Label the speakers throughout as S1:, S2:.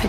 S1: for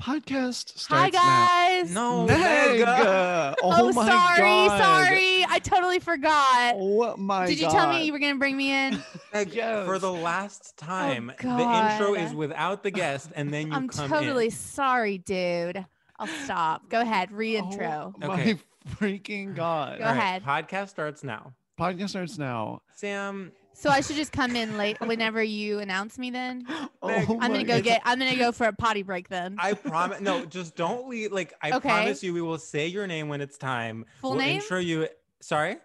S2: Podcast
S3: Hi
S2: starts
S3: guys.
S4: No,
S2: now. Meg!
S4: Meg.
S2: Oh,
S3: Oh,
S2: my
S3: sorry,
S2: God.
S3: sorry. I totally forgot.
S2: Oh my
S3: Did you
S2: God.
S3: tell me you were gonna bring me in?
S4: Meg, For
S2: Yes.
S4: the last time, the
S3: God.
S4: intro is without the guest, and then you
S3: I'm
S4: come
S3: totally
S4: in.
S3: sorry, dude. I'll stop. Go ahead. Reintro.
S2: Oh,
S4: Okay.
S2: My freaking God.
S3: Go
S4: All right,
S3: ahead.
S4: podcast starts now.
S2: Podcast starts now.
S4: Sam,
S3: So I should just come in late whenever you announce me. Then
S4: Meg,
S3: I'm
S2: my
S3: gonna go
S2: God.
S3: get. I'm gonna go for a potty break. Then
S4: I promise. No, just don't leave. Like I
S3: Okay.
S4: promise you, we will say your name when it's time.
S3: full
S4: we'll
S3: name.
S4: Intro you. Sorry.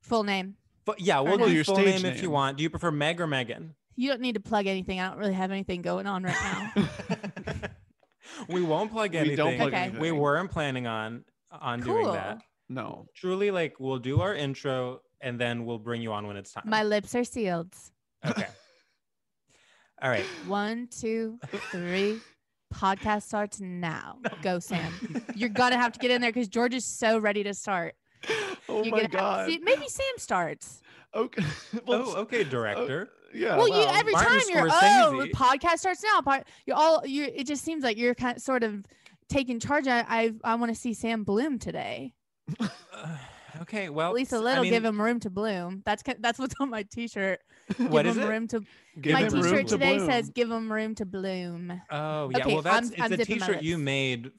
S3: Full name.
S4: But yeah, we'll
S3: no.
S4: do your
S2: Your
S4: full name,
S2: stage
S4: if you
S2: name.
S4: want. Do you prefer Meg or Megan?
S3: You don't need to plug anything. I don't really have anything going on right now.
S4: we won't plug anything.
S2: We don't plug
S3: Okay.
S2: anything.
S4: We weren't planning on on doing
S3: Cool.
S4: that.
S2: No.
S4: Truly, like we'll do our intro and then we'll bring you on when it's time.
S3: My lips are sealed.
S4: okay. All right.
S3: One, two, three. Podcast starts now. Go, Sam. You're gonna have to get in there because George is so ready to start.
S2: Oh
S3: You're
S2: my
S3: gonna Have,
S2: God.
S3: see, maybe Sam starts.
S2: Okay. Well,
S4: Oh, okay, director.
S2: Yeah.
S3: well, you
S2: wow.
S3: every
S4: Martin
S3: time you're oh,
S4: Scorsese.
S3: podcast starts now. Pod, you all you. It just seems like you're kind sort of taking charge. I I, I want to see Sam bloom today.
S4: Uh,
S2: Oh.
S4: okay. Well,
S3: At least a
S4: I
S3: little. give
S4: mean,
S3: him room to bloom. That's ki- that's what's on my T-shirt. Give
S4: What is
S3: him
S4: it?
S3: room to.
S2: Give
S3: my
S2: him room
S3: T-shirt
S2: to
S3: today
S2: bloom.
S3: says "Give him room to bloom."
S4: Oh yeah.
S3: Okay,
S4: well, that's
S3: I'm- I'm
S4: it's a
S3: dipping my
S4: T-shirt you
S3: lips.
S4: made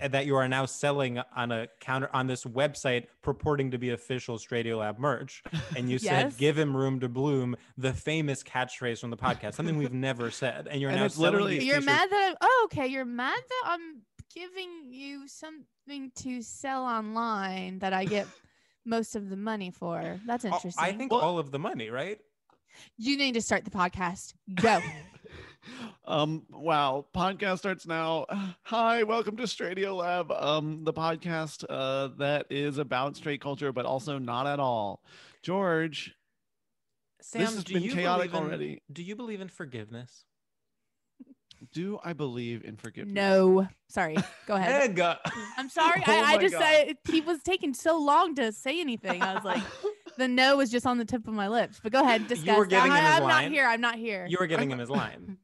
S4: f- that you are now selling on a counter on this website purporting to be official Stradio Lab merch, and you
S3: Yes.
S4: said "Give him room to bloom," the famous catchphrase from the podcast, something we've never said, and you're
S2: And
S4: now
S2: it's
S4: selling
S2: literally-
S4: these
S3: You're
S4: t-shirts.
S3: mad that I'm, oh, okay. You're mad that I'm giving you something to sell online that I get most of the money for. That's
S4: Oh,
S3: interesting.
S4: I think
S2: Well-
S4: all of the money, right?
S3: you need to start the podcast. Go.
S2: um wow podcast starts now hi welcome to stradio lab um the podcast uh that is about straight culture but also not at all george
S4: Sam,
S2: has
S4: do
S2: been
S4: you
S2: chaotic
S4: believe in-
S2: already.
S4: Do you believe in forgiveness?
S2: do i believe in forgiveness
S3: no. Sorry. Go ahead.
S4: Egg.
S3: I'm sorry.
S2: Oh
S3: I,
S2: my
S3: I just
S2: God.
S3: I, he was taking so long to say anything. I was like, the no was just on the tip of my lips. But go ahead, discuss.
S4: were giving
S3: I,
S4: him his
S3: I'm not
S4: line.
S3: here. I'm not here.
S4: You were giving him his line.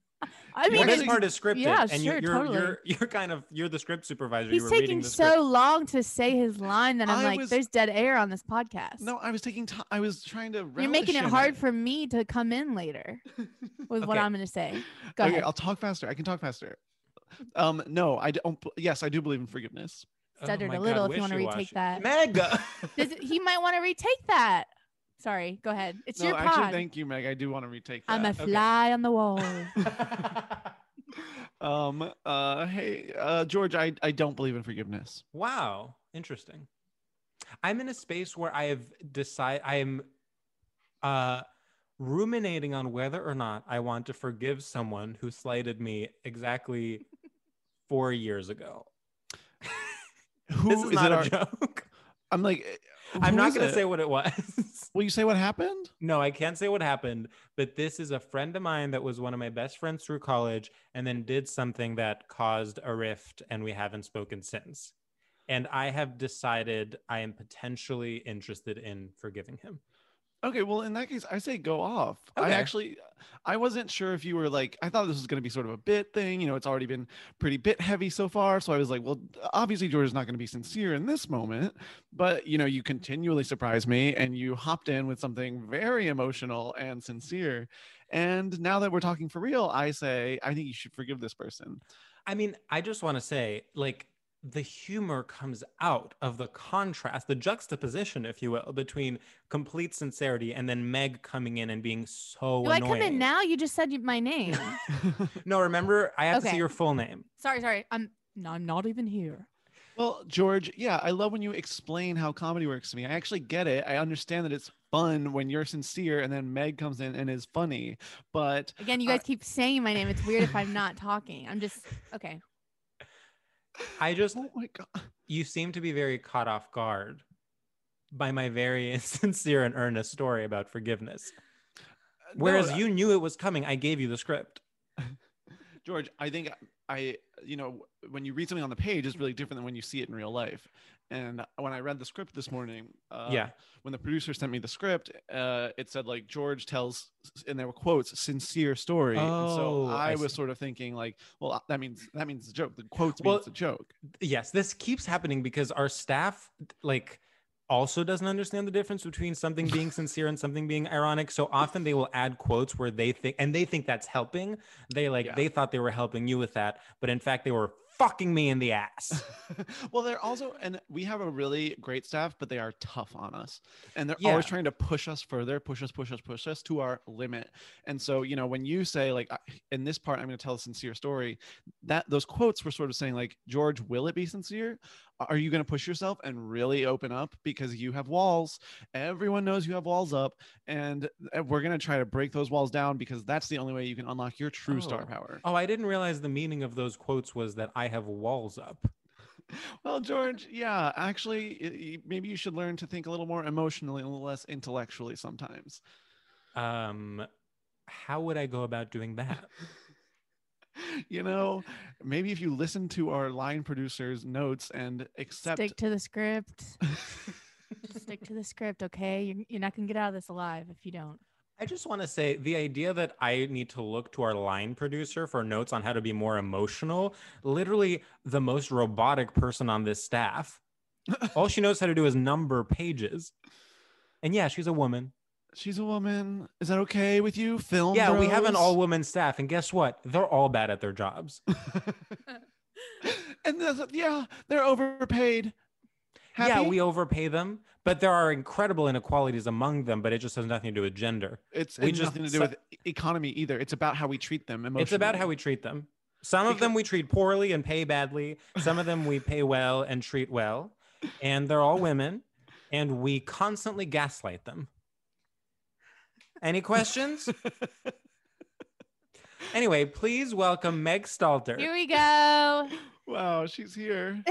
S3: I mean,
S2: What
S4: what
S2: it-
S4: is
S3: it's-
S4: part is scripted,
S3: yeah,
S4: and
S3: sure,
S4: you're, you're,
S3: totally.
S4: you're you're kind of you're the script supervisor. you
S3: he's
S4: were reading
S3: taking
S4: the
S3: so long to say his line that I'm
S2: I
S3: like,
S2: was-
S3: there's dead air on this podcast.
S2: No, I was taking. T- I was trying to.
S3: You're making it
S2: relish in
S3: hard for me to come in later with what
S2: Okay.
S3: I'm going to say. Go
S2: okay,
S3: ahead.
S2: I'll talk faster. I can talk faster. Um, no, I don't. bel- Yes, I do believe in forgiveness.
S3: stuttered
S4: Oh my
S3: a little
S4: God,
S3: if you wanna retake
S4: wishy-washy.
S3: that.
S4: Mega.
S3: Does it- he might want to retake that. Sorry, go ahead. It's
S2: no,
S3: your
S2: actually,
S3: pod.
S2: thank you, Meg. I do want to retake. That.
S3: I'm a
S2: Okay.
S3: fly on the wall.
S2: um. Uh. Hey, uh, George. I. I don't believe in forgiveness.
S4: wow, interesting. I'm in a space where I have decided I am uh, ruminating on whether or not I want to forgive someone who slighted me exactly four years ago.
S2: Who
S4: this is, not
S2: it?
S4: a
S2: our-
S4: joke.
S2: I'm like. eh,
S4: I'm
S2: who
S4: not
S2: is
S4: going
S2: it?
S4: to say what it was.
S2: Will you say what happened?
S4: No, I can't say what happened, but this is a friend of mine that was one of my best friends through college and then did something that caused a rift and we haven't spoken since. And I have decided I am potentially interested in forgiving him.
S2: Okay, well, in that case, I say go off. I
S4: Okay.
S2: actually, I wasn't sure if you were like, I thought this was going to be sort of a bit thing. You know, it's already been pretty bit heavy so far. So I was like, well, obviously, George is not going to be sincere in this moment. But, you know, you continually surprise me and you hopped in with something very emotional and sincere. And now that we're talking for real, I say, I think you should forgive this person.
S4: I mean, I just want to say, like, the humor comes out of the contrast, the juxtaposition, if you will, between complete sincerity and then Meg coming in and being so
S3: Do I
S4: annoying.
S3: come in now? You just said you- my name.
S4: No, remember, I have to
S3: Okay.
S4: say your full name.
S3: sorry, sorry. I'm no, I'm not even here.
S2: Well, George, yeah, I love when you explain how comedy works to me. I actually get it. I understand that it's fun when you're sincere and then Meg comes in and is funny. But
S3: Again, you
S2: Uh,
S3: guys keep saying my name. It's weird if I'm not talking. I'm just okay.
S4: I just
S2: oh my god.
S4: you seem to be very caught off guard by my very sincere and earnest story about forgiveness. Whereas
S2: Uh, No,
S4: you knew it was coming, I gave you the script.
S2: George, I think I you know, when you read something on the page it's really different than when you see it in real life. And when I read the script this morning, uh,
S4: yeah.
S2: when the producer sent me the script, uh, it said like George tells, and there were quotes, sincere story. and so
S4: Oh,
S2: I,
S4: I
S2: was
S4: see.
S2: sort of thinking like, well, that means that means the joke. The quotes
S4: Well,
S2: means the joke.
S4: Yes, this keeps happening because our staff like also doesn't understand the difference between something being sincere and something being ironic. So often they will add quotes where they think and they think that's helping. They like
S2: Yeah.
S4: they thought they were helping you with that, but in fact they were fucking me in the ass.
S2: well, they're also, and we have a really great staff, but they are tough on us. And they're
S4: Yeah.
S2: always trying to push us further, push us, push us, push us to our limit. And so, you know, when you say, like, I- in this part, I'm going to tell a sincere story, that those quotes were sort of saying, like, George, will it be sincere? Are you going to push yourself and really open up because you have walls? Everyone knows you have walls up. And uh, we're going to try to break those walls down because that's the only way you can unlock your true star
S4: Oh.
S2: power.
S4: Oh, I didn't realize the meaning of those quotes was that I have walls up.
S2: Well, George, yeah, actually, y- y- maybe you should learn to think a little more emotionally and a little less intellectually sometimes.
S4: Um, how would I go about doing that?
S2: You know, maybe if you listen to our line producer's notes and accept.
S3: Stick to the script. Stick to the script, okay? You're, you're not gonna get out of this alive if you don't.
S4: I just want to say the idea that I need to look to our line producer for notes on how to be more emotional, literally the most robotic person on this staff. All she knows how to do is number pages. And yeah, she's a woman.
S2: She's a woman. Is that okay with you, film?
S4: Yeah, we have an
S2: bros?
S4: all woman staff. And guess what? They're all bad at their jobs.
S2: and that's, yeah, they're overpaid.
S4: Yeah,
S2: Happy?
S4: we overpay them, but there are incredible inequalities among them, but it just has nothing to do with gender.
S2: It's
S4: we
S2: it's
S4: just-
S2: nothing to do
S4: so-
S2: with e- economy either. It's about how we treat them emotionally.
S4: It's about how we treat them. Some of
S2: Because-
S4: them we treat poorly and pay badly. Some of them we pay well and treat well. And they're all women. And we constantly gaslight them. Any questions? anyway, please welcome Meg Stalter.
S3: Here we go.
S2: Wow, she's here.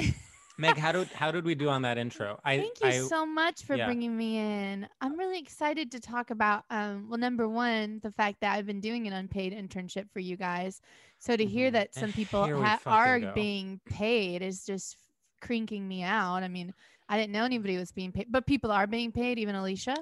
S4: Meg, how did how did we do on that intro? I
S3: Thank you
S4: I,
S3: so much for
S4: yeah.
S3: bringing me in. I'm really excited to talk about, um, well, number one, the fact that I've been doing an unpaid internship for you guys. So to hear
S4: Mhm.
S3: that some
S4: And
S3: people
S4: here we
S3: ha-
S4: fucking
S3: are
S4: go.
S3: being paid is just cranking me out. I mean, I didn't know anybody was being paid, but people are being paid, even Alicia.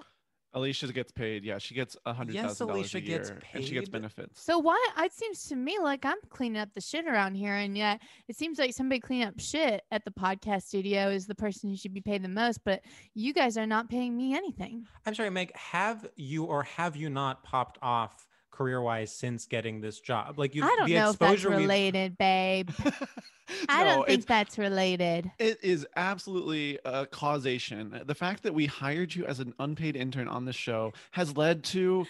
S2: Alicia gets paid. Yeah, she gets a hundred
S4: Yes,
S2: thousand dollars
S4: Alicia
S2: a year,
S4: gets
S2: and she gets
S4: paid.
S2: benefits.
S3: So why it seems to me like I'm cleaning up the shit around here, and yet it seems like somebody cleaning up shit at the podcast studio is the person who should be paid the most. But you guys are not paying me anything.
S4: I'm sorry, Meg, have you or have you not popped off career wise since getting this job? Like you
S3: I don't
S4: the
S3: know if that's
S4: exposure we've-
S3: related, babe. I
S2: No,
S3: don't
S2: it's-
S3: think that's related.
S2: It is absolutely a causation. The fact that we hired you as an unpaid intern on the show has led to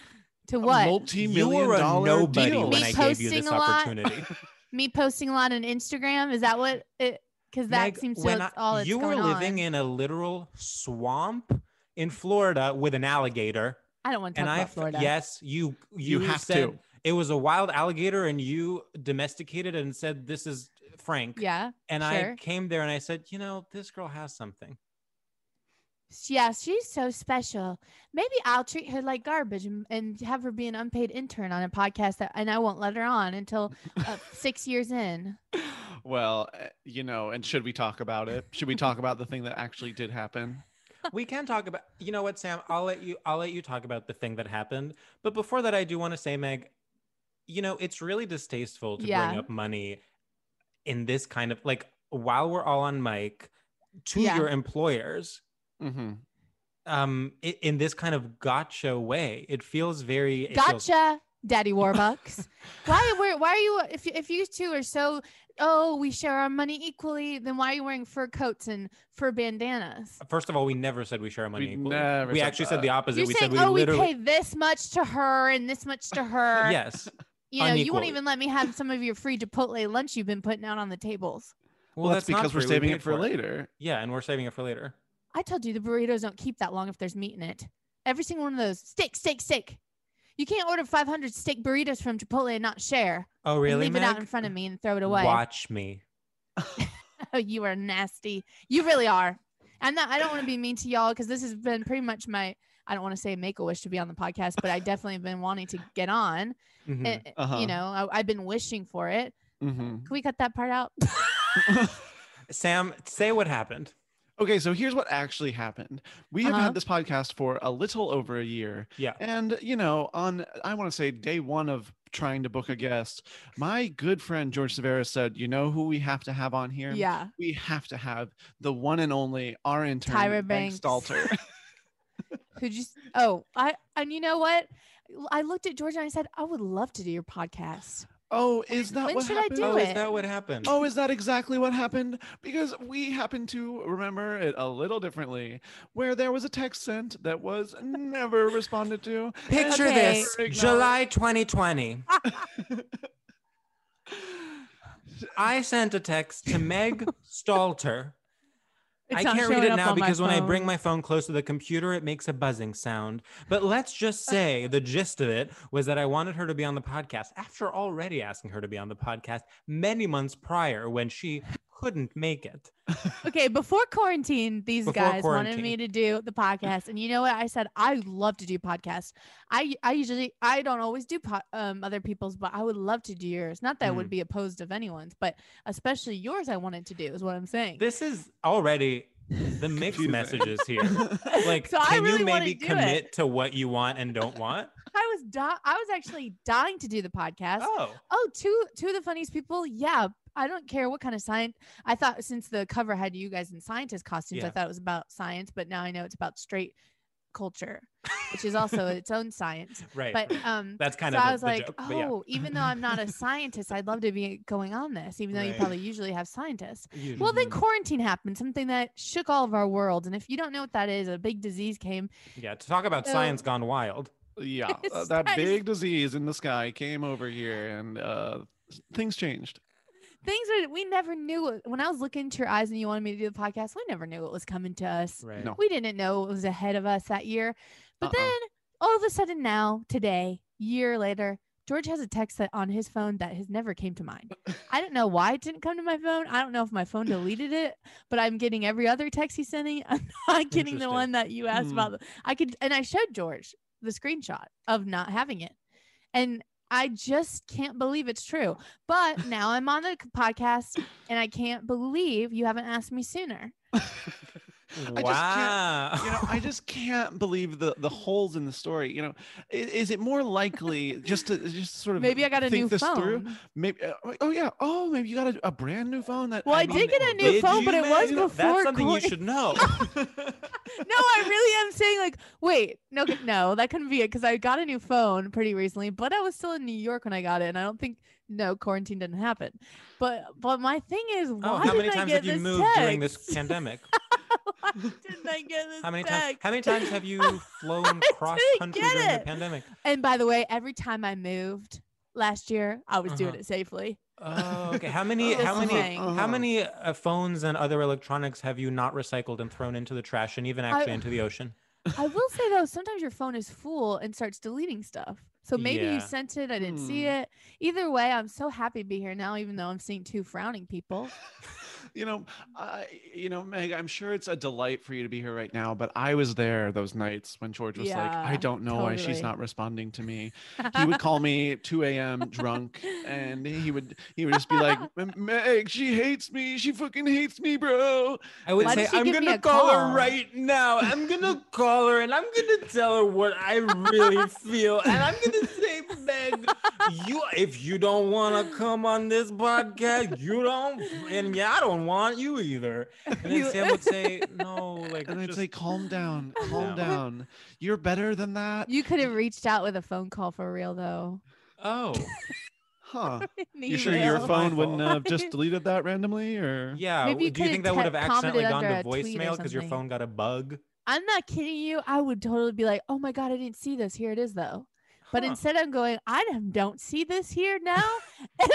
S3: To
S2: a
S3: what?
S4: You
S2: multi-million
S4: were a
S2: dollar
S4: nobody
S2: deal.
S4: when
S3: Me
S4: I gave
S3: posting
S4: you this
S3: a lot.
S4: opportunity.
S3: me posting a lot on Instagram? Is that what it? Because that
S4: Meg,
S3: seems to
S4: when
S3: it's
S4: I-
S3: all it's
S4: you were
S3: going
S4: living
S3: on.
S4: in a literal swamp in Florida with an alligator,
S3: I don't want to talk
S4: and I
S3: about Florida.
S4: yes, you
S2: You
S4: you,
S2: have
S4: said
S2: to.
S4: it was a wild alligator, and you domesticated it and said this is Frank.
S3: Yeah.
S4: and I
S3: sure.
S4: came there and I said, you know, this girl has something.
S3: Yeah, she's so special. Maybe I'll treat her like garbage and, and have her be an unpaid intern on a podcast that, and I won't let her on until uh, six years in.
S2: Well, eh, you know, and should we talk about it? Should we talk about the thing that actually did happen?
S4: we can talk about you know what sam i'll let you i'll let you talk about the thing that happened but before that i do want to say meg you know it's really distasteful to
S3: Yeah.
S4: bring up money in this kind of like while we're all on mic to
S3: Yeah.
S4: your employers
S2: hmm
S4: um i- in this kind of gotcha way it feels very it feels-
S3: Gotcha, Daddy Warbucks. why were why are you if if you two are so oh we share our money equally then why are you wearing fur coats and fur bandanas?
S4: first of all we never said we share money
S2: We
S4: equally.
S2: never
S4: we
S2: said
S4: actually
S2: that.
S4: said the opposite
S3: You're
S4: we
S3: saying
S4: said we
S3: oh
S4: literally
S3: we pay this much to her and this much to her.
S4: yes
S3: you know you won't
S4: unequally.
S3: even let me have some of your free Chipotle lunch you've been putting out on the tables.
S2: Well, that's,
S4: not
S2: because we're
S4: free. We
S2: saving it
S4: paid
S2: for later.
S4: yeah and we're saving it for later
S3: I told you the burritos don't keep that long if there's meat in it. Every single one of those steak, steak, steak. You can't order 500 steak burritos from Chipotle and not share.
S4: oh
S3: and
S4: really
S3: leave it out
S4: Meg?
S3: in front of me and throw it away.
S4: watch me
S3: Oh, you are nasty. You really are. And that, I don't want to be mean to y'all because this has been pretty much my. I don't want to say make a wish to be on the podcast, but I definitely have been wanting to get on.
S4: Mhm.
S3: Eh, eh,
S2: Uh-huh.
S3: You know, I, I've been wishing for it.
S2: hmm
S3: Can we cut that part out?
S4: Sam, say what happened.
S2: Okay, so here's what actually happened. We have
S3: Uh-huh.
S2: had this podcast for a little over a year.
S4: Yeah.
S2: And, you know, on, I want to say day one of trying to book a guest, my good friend George Severus said, you know who we have to have on here?
S3: yeah.
S2: We have to have the one and only, our intern,
S3: Tyra
S2: Banks
S3: Banks.
S2: Stalter.
S3: who just oh i and you know what L- i looked at georgia and i said i would love to do your podcast
S2: Oh, is that
S3: When
S2: what
S3: should I
S2: happened?
S3: do
S4: oh,
S3: it?
S4: is that what happened?
S2: Oh, is that exactly what happened? Because we happen to remember it a little differently, where there was a text sent that was never responded to. and
S4: picture
S3: Okay.
S4: this
S2: never acknowledged.
S4: July 2020. I sent a text to Meg Stalter. I
S3: It's not
S4: can't read
S3: showing
S4: it
S3: up
S4: now
S3: on my
S4: because when I bring
S3: phone.
S4: my phone close to the computer, it makes a buzzing sound. But let's just say the gist of it was that I wanted her to be on the podcast after already asking her to be on the podcast many months prior when she couldn't make it.
S3: okay before quarantine these
S4: Before
S3: guys wanted me
S4: quarantine.
S3: to do the podcast and you know what i said i love to do podcasts i i usually i don't always do po- um, other people's but i would love to do yours not that i would
S4: Mm.
S3: be opposed of anyone's but especially yours i wanted to do is what i'm saying
S4: This is already the mixed
S2: Confusing.
S4: messages here. Like,
S3: So I
S4: can
S3: really
S4: you
S3: wanna
S4: maybe
S3: do it.
S4: commit to what you want and don't want?
S3: i was di- i was actually dying to do the podcast
S4: Oh,
S3: oh two two of the funniest people yeah i don't care what kind of science i thought since the cover had you guys in scientist costumes i
S4: Yeah.
S3: thought it was about science but now i know it's about straight culture which is also its own science
S4: right.
S3: but um
S4: That's kind
S3: so
S4: of
S3: i
S4: the-
S3: was
S4: the
S3: like
S4: joke, but yeah.
S3: oh even though i'm not a scientist i'd love to be going on this even though you
S4: Right. Mm-hmm.
S3: probably usually have scientists
S4: Usually.
S3: well then quarantine happened something that shook all of our worlds and if you don't know what that is a big disease came
S4: yeah, to talk about
S3: so-
S4: science gone wild.
S2: Yeah,
S3: It's
S2: uh, that
S3: nice.
S2: big disease in the sky came over here, and uh, things changed.
S3: things that we never knew it- when i was looking into your eyes and you wanted me to do the podcast we never knew it was coming to us
S4: Right.
S2: No.
S3: We didn't know it was ahead of us that year. But
S2: Uh-uh.
S3: then all of a sudden now, today, year later, George has a text that on his phone that has never came to mine. I don't know why it didn't come to my phone. I don't know if my phone deleted it, but I'm getting every other text he's sending. I'm not getting the
S4: Interesting.
S3: one that you asked
S2: Hmm.
S3: about. I could and I showed George the screenshot of not having it. And I just can't believe it's true. But now I'm on the c- podcast and I can't believe you haven't asked me sooner.
S2: I just
S4: wow.
S2: can't, you know, I just can't believe the the holes in the story. You know, I- is, it more likely just to just sort of
S3: Maybe I got a
S2: think
S3: new
S2: this through?
S3: phone.
S2: Maybe uh, oh yeah, oh maybe you got a, a brand new phone that.
S3: Well, I did get a new
S4: Did
S3: phone,
S4: you,
S3: but it was
S4: man? That's
S3: before
S4: something
S3: Corey-
S4: you should know.
S3: no, I really am saying like, wait, no, c- no, that couldn't be it because I got a new phone pretty recently, but I was still in New York when I got it, and I don't think no quarantine didn't happen. But but my thing is,
S4: Oh,
S3: why
S4: how many
S3: didn't I
S4: times
S3: get
S4: have you
S3: this
S4: moved
S3: text?
S4: during this pandemic?
S3: why didn't I get this
S4: How many
S3: text?
S4: times? How many times have you flown
S3: I
S4: cross
S3: didn't
S4: country
S3: get
S4: during the
S3: it.
S4: pandemic?
S3: And by the way, every time I moved last year, I was doing
S4: Uh-huh.
S3: it safely.
S4: Oh, okay. How many?
S3: Just
S4: How many?
S3: saying.
S4: How many uh, phones and other electronics have you not recycled and thrown into the trash and even
S3: I-
S4: actually into the ocean?
S3: I will say though, sometimes your phone is full and starts deleting stuff. So maybe
S4: Yeah. Hmm.
S3: you sent it, I didn't see it. Either way, I'm so happy to be here now, even though I'm seeing two frowning people.
S2: you know, I, you know, Meg, I'm sure it's a delight for you to be here right now, but I was there those nights when George was like, I
S3: Yeah,
S2: don't know why she's
S3: totally.
S2: not responding to me. He would call me 2 a.m. drunk, and he would he would just be like, "M- Meg, she hates me, she fucking hates me, bro.
S4: I would
S3: Why
S4: say
S3: did she
S4: I'm
S3: give me
S4: gonna
S3: a
S4: call, her
S3: call?"
S4: right now. I'm gonna call her and I'm gonna tell her what I really feel. And I'm gonna say, Meg, you if you don't wanna come on this podcast, you don't and yeah, I don't want you either. And then
S3: You-
S4: Sam would say, No, like
S2: And I'd
S4: just-
S2: say, calm down, calm
S4: No.
S2: down. You're better than that.
S3: You could have reached out with a phone call for real though.
S4: Oh.
S2: Huh. Oh
S3: An
S2: You sure
S4: Email.
S2: your
S3: email.
S2: phone wouldn't
S4: Fault.
S2: have just deleted that randomly or
S4: Yeah.
S3: Maybe you
S4: do you think
S3: could've
S4: that would have
S3: te- commented
S4: accidentally gone to
S3: under a tweet or
S4: voicemail because your
S3: something.
S4: phone got a bug?
S3: I'm not kidding you. I would totally be like, oh my God, I didn't see this. Here it is though. But
S4: Huh.
S3: instead I'm going, I don't- don't see this here now. and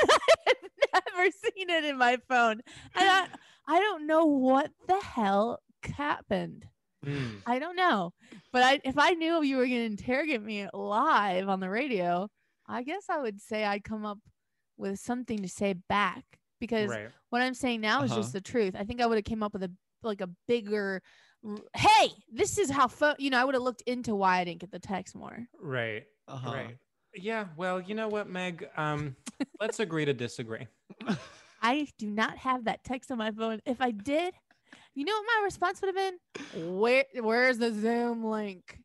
S3: I've never seen it in my phone. And I, I don't know what the hell happened.
S4: Hmm.
S3: I don't know. But I, if I knew you were going to interrogate me live on the radio, I guess I would say I'd come up with something to say back because
S4: Right.
S3: what I'm saying now is
S2: Uh-huh.
S3: just the truth. I think I would have came up with a like a bigger r- hey, this is how fo-, you know, I would have looked into why I didn't get the text more.
S4: Right.
S2: Uh-huh.
S4: Right. Yeah. Well, you know what, Meg? Um, let's agree to disagree.
S3: I do not have that text on my phone. If I did, you know what my response would have been? Where where's the Zoom link?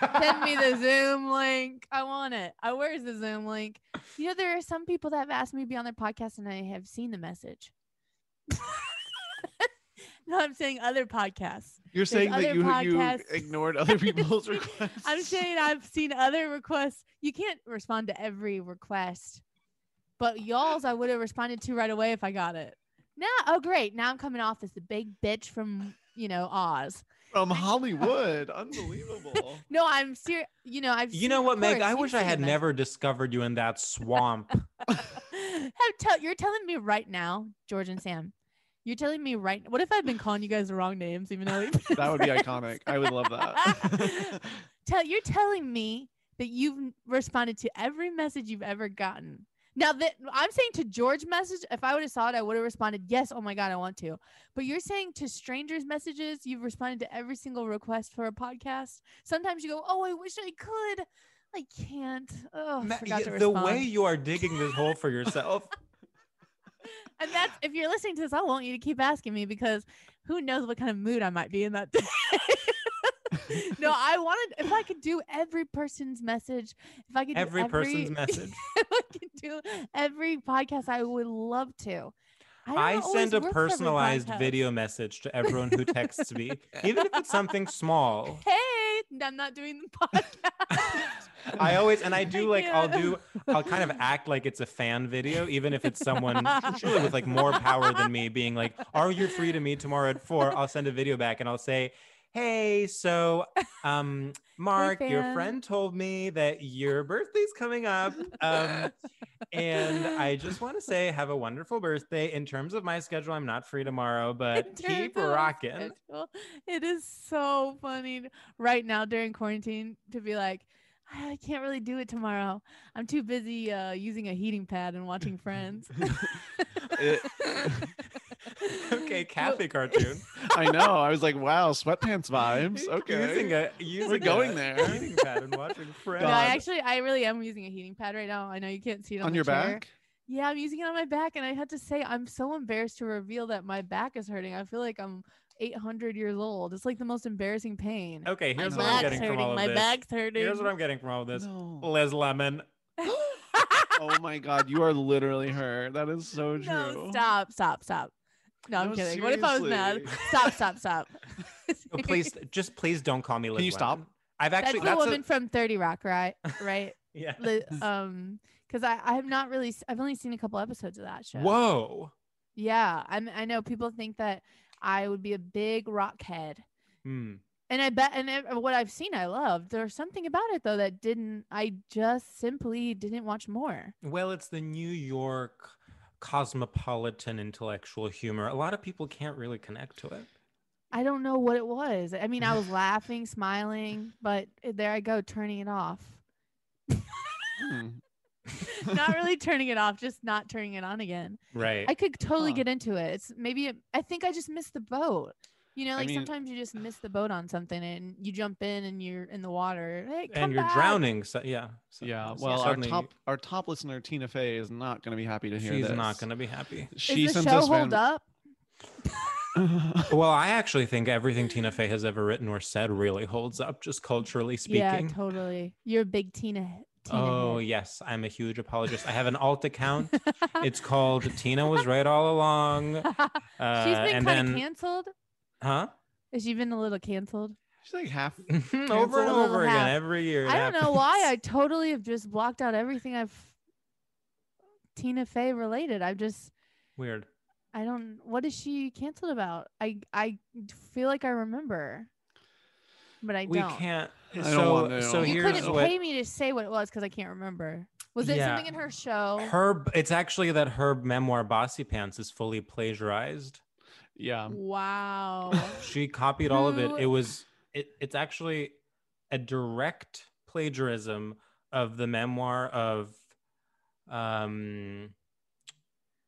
S3: Send me the Zoom link. I want it. I where's the Zoom link? You know, there are some people that have asked me to be on their podcast and I have seen the message. no, I'm saying other podcasts.
S2: You're saying that
S3: other
S2: you, you
S3: podcasts.
S2: ignored other people's requests.
S3: I'm saying I've seen other requests. You can't respond to every request, but y'all's I would have responded to right away if I got it. Now, oh great, now I'm coming off as the big bitch from you know Oz.
S2: from Hollywood. Unbelievable.
S3: No, I'm serious. You know I've.
S4: You
S3: seen-
S4: know
S3: of
S4: what, Meg?
S3: course,
S4: I
S3: you've
S4: wish I
S3: seen
S4: had
S3: them.
S4: never discovered you in that swamp.
S3: Have tell you're telling me right now, George and Sam. You're telling me right. What if I've been calling you guys the wrong names, even though we've been
S2: That would be
S3: friends?
S2: iconic. I would love that.
S3: tell you're telling me that you've n- responded to every message you've ever gotten. Now that I'm saying to George message, if I would have saw it, I would have responded, yes, oh my God, I want to. But you're saying to strangers messages, you've responded to every single request for a podcast. Sometimes you go, oh, I wish I could. I can't. Oh,
S4: Ma-
S3: forgot
S4: y-
S3: to
S4: the
S3: respond.
S4: way you are digging this hole for yourself.
S3: and that's if you're listening to this, I want you to keep asking me because who knows what kind of mood I might be in that day. no, I wanted if I could do every person's message, if I could do
S4: Every person's message.
S3: if I could do every podcast, I would love to. don't
S4: I,
S3: always
S4: send a
S3: work for every
S4: personalized
S3: podcast.
S4: video message to everyone who texts me, even if it's something small.
S3: Hey, I'm not doing the podcast.
S4: I always and I do like I'll
S3: can't.
S4: do I'll kind of act like it's a fan video, even if it's someone truly with like more power than me being like, Are you free to meet tomorrow at four? I'll send a video back and I'll say, Hey, so um Mark, your
S3: fam."
S4: friend told me that your birthday's coming up. Um and I just want to say have a wonderful birthday. In terms of my schedule, I'm not free tomorrow, but
S3: During
S4: keep
S3: the
S4: rocking.
S3: schedule. It is so funny to- right now during quarantine to be like, "Ah, I can't really do it tomorrow. I'm too busy uh, using a heating pad and watching Friends.
S2: It-
S4: okay,
S3: Well,
S4: Kathy cartoon.
S2: I know. I was like, wow, sweatpants vibes. Okay.
S4: Using a using
S2: going
S4: a
S2: there.
S4: Eating pad and watching Friends.
S3: No, I
S2: God.
S3: actually, I really am using a heating pad right now. I know you can't see it on,
S2: on
S3: the
S2: your
S3: chair.
S2: back?
S3: Yeah, I'm using it on my back, and I had to say I'm so embarrassed to reveal that my back is hurting. I feel like I'm 800 years old. It's like the most embarrassing pain.
S4: Okay,
S3: My
S4: here's what I'm
S3: back's
S4: getting from
S3: hurting,
S4: all of
S3: my
S4: this.
S3: back's hurting.
S4: Here's what I'm getting from all of this.
S2: No.
S4: Liz Lemon.
S2: oh my god, you are literally her. That is so true.
S3: No, stop, stop, stop. No, I'm
S2: No,
S3: kidding. What if I was mad?
S2: seriously.
S3: Stop, stop, stop.
S4: Oh, please, just please don't call me Liz.
S2: Can you stop?
S4: Lemon. I've actually
S3: that's, the woman from 30 Rock, right? Right?
S4: A, yeah.
S3: Li- um, because I I have not really s- I've only seen a couple episodes of that show.
S4: Whoa.
S3: Yeah, I'm. I know people think that I would be a big rock head,
S4: Hmm.
S3: and I bet. And ev- what I've seen, I loved. There's something about it though that didn't. I just simply didn't watch more.
S4: Well, it's the New York cosmopolitan intellectual humor. A lot of people can't really connect to it.
S3: I don't know what it was. I mean, I was laughing, smiling, but eh, there I go, turning it off.
S2: Hmm.
S3: not really turning it off, just not turning it on again.
S4: Right.
S3: I could totally
S2: Huh.
S3: get into it. It's maybe it, I think I just missed the boat. You know,
S2: I
S3: like
S2: mean-
S3: sometimes you just miss the boat on something and you jump in and you're in the water. Hey, come
S4: and you're
S3: back.
S4: drowning. So yeah. So,
S2: Yeah,
S4: so
S2: well, our
S4: suddenly
S2: top our top listener Tina Fey is not going to be happy to hear
S4: she's
S2: this.
S4: not gonna be happy.
S2: She
S3: Is the
S2: sent
S3: show
S2: us
S3: hold up?
S2: fan-
S4: Well, I actually think everything Tina Fey has ever written or said really holds up, just culturally speaking.
S3: Yeah, totally. You're a big Tina. he- Tina
S4: Oh
S3: head.
S4: yes, I'm a huge apologist. I have an alt account. It's called Tina was right all along. Uh,
S3: She's been kind of
S4: and then,
S3: canceled.
S4: huh?
S3: Has she been a little canceled?
S2: She's like half.
S4: over and
S3: Cancel
S4: over again
S3: half.
S4: every year. it
S3: I don't know why. I
S4: happens.
S3: totally have just blocked out everything I've Tina Fey related. I've just
S4: Weird.
S3: I don't. What is she canceled about? I I feel like I remember, but I
S4: we
S3: don't.
S4: can't.
S2: I don't
S4: so
S2: want to.
S4: so
S3: you
S4: here's
S3: couldn't
S4: what
S3: pay me to say what it was because I can't remember. Was it
S4: Yeah.
S3: something in her show?
S4: her. It's actually that her memoir Bossy Pants is fully plagiarized.
S2: Yeah.
S3: wow.
S4: She copied all of it.
S3: Who-
S4: It was. It, it's actually a direct plagiarism of the memoir of. Um.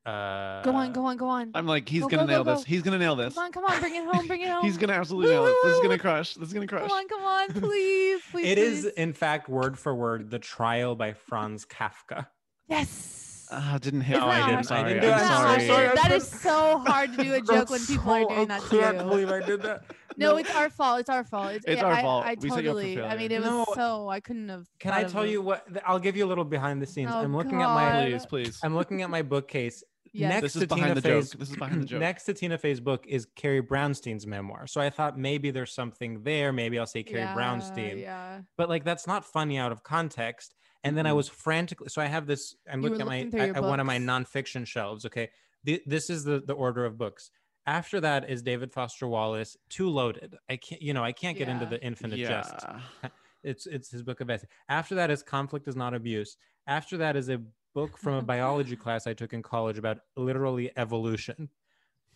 S4: Uh,
S3: go on, go on, go on.
S2: I'm like, he's
S3: Go,
S2: gonna
S3: go, go,
S2: nail
S3: go.
S2: this. He's gonna nail this.
S3: Come on, come on, bring it home, bring it home.
S2: He's gonna absolutely
S3: Woo,
S2: nail it. This is
S3: woo,
S2: gonna
S3: woo.
S2: crush. This is gonna crush.
S3: Come on, come on, please, please.
S4: It is,
S3: please.
S4: in fact, word for word, the trial by Franz Kafka.
S3: yes.
S4: Uh,
S2: Ah, didn't hit.
S4: No,
S2: me.
S4: I
S2: I'm
S4: didn't- I
S2: sorry.
S4: didn't do
S2: I'm
S4: it. I'm
S2: sorry.
S4: so sorry. I
S3: That
S4: couldn't-
S3: is so hard to do a joke when people are doing that to
S4: I can't
S3: you.
S4: believe I did that.
S3: No, it's our fault. It's our fault. It's,
S2: It's
S3: yeah,
S2: our
S3: I,
S2: fault.
S3: I
S2: We set you up for
S3: totally. I
S2: failure.
S3: mean, it was
S4: No.
S3: so I couldn't have.
S4: Can I
S3: thought of
S4: tell
S3: it.
S4: you what? th- I'll give you a little behind the scenes.
S3: Oh,
S4: I'm looking at my.
S3: God.
S2: Please, please.
S4: I'm looking at my bookcase.
S3: Yes.
S4: Next
S2: This
S4: to
S2: is behind
S4: Tina
S2: the
S4: Fey's,
S2: joke. This is behind the joke.
S4: Next to Tina Fey's book is Carrie Brownstein's memoir. So I thought maybe there's something there. Maybe I'll say Carrie
S3: Yeah,
S4: Brownstein.
S3: Yeah.
S4: But like that's not funny out of context. And then I
S2: Mhm.
S4: was frantically. So I have this. I'm
S3: Mm-hmm. You were
S4: looking at my
S3: looking through
S4: at,
S3: your
S4: at one of my
S3: books.
S4: nonfiction shelves. Okay, Th- this is the the order of books. After that is David Foster Wallace. Too loaded. I can't. You know I can't get into
S3: Yeah.
S4: the infinite jest
S2: yeah.
S4: it's it's his book of essays. After that is conflict is not abuse. After that is a book from a biology class I took in college about literally evolution.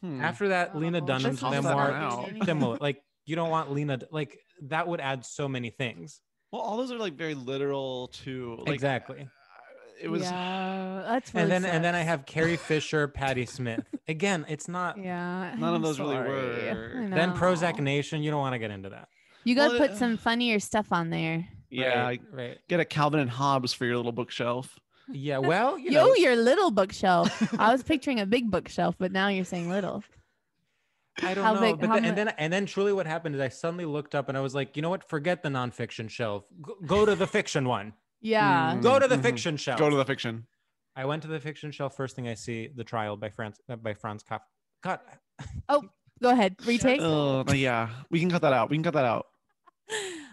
S2: Hmm.
S4: After that, Lena
S3: Oh, this
S4: Dunham's
S3: is not
S4: memoir
S3: happening.
S4: similar. Like you don't want Lena like that would add so many things.
S2: Well, all those are like very literal to like. uh,
S4: exactly.
S2: It was.
S3: Yeah, that's
S4: And
S3: really
S4: then and then I
S3: sucks.
S4: have Carrie Fisher, Patti Smith. Again, it's not
S3: Yeah.
S2: None of
S3: I'm
S2: those really
S3: sorry.
S2: work.
S3: I
S4: then Prozac
S3: know.
S4: Nation. You don't want to get into that.
S3: You got to
S2: Well,
S3: put
S2: uh,
S3: some funnier stuff on there.
S2: Yeah.
S4: Right. right.
S2: Get a Calvin and Hobbes for your little bookshelf.
S4: Yeah. Well, you
S3: You
S4: know,
S3: your little bookshelf. I was picturing a big bookshelf, but now you're saying little.
S4: I don't
S3: How
S4: know.
S3: big-
S4: but
S3: how
S4: the-
S3: mu-
S4: and then and then truly what happened is I suddenly looked up and I was like, you know what? Forget the nonfiction shelf. Go, go to the fiction one.
S3: Yeah.
S2: Mm.
S4: Go to the
S2: Mhm.
S4: fiction shelf.
S2: Go to the fiction.
S4: I went to the fiction shelf. First thing I see, the trial by Franz uh, by Franz Kafka. God,
S3: Go ahead. Retake.
S2: Oh, yeah. We can cut that out. We can cut that out.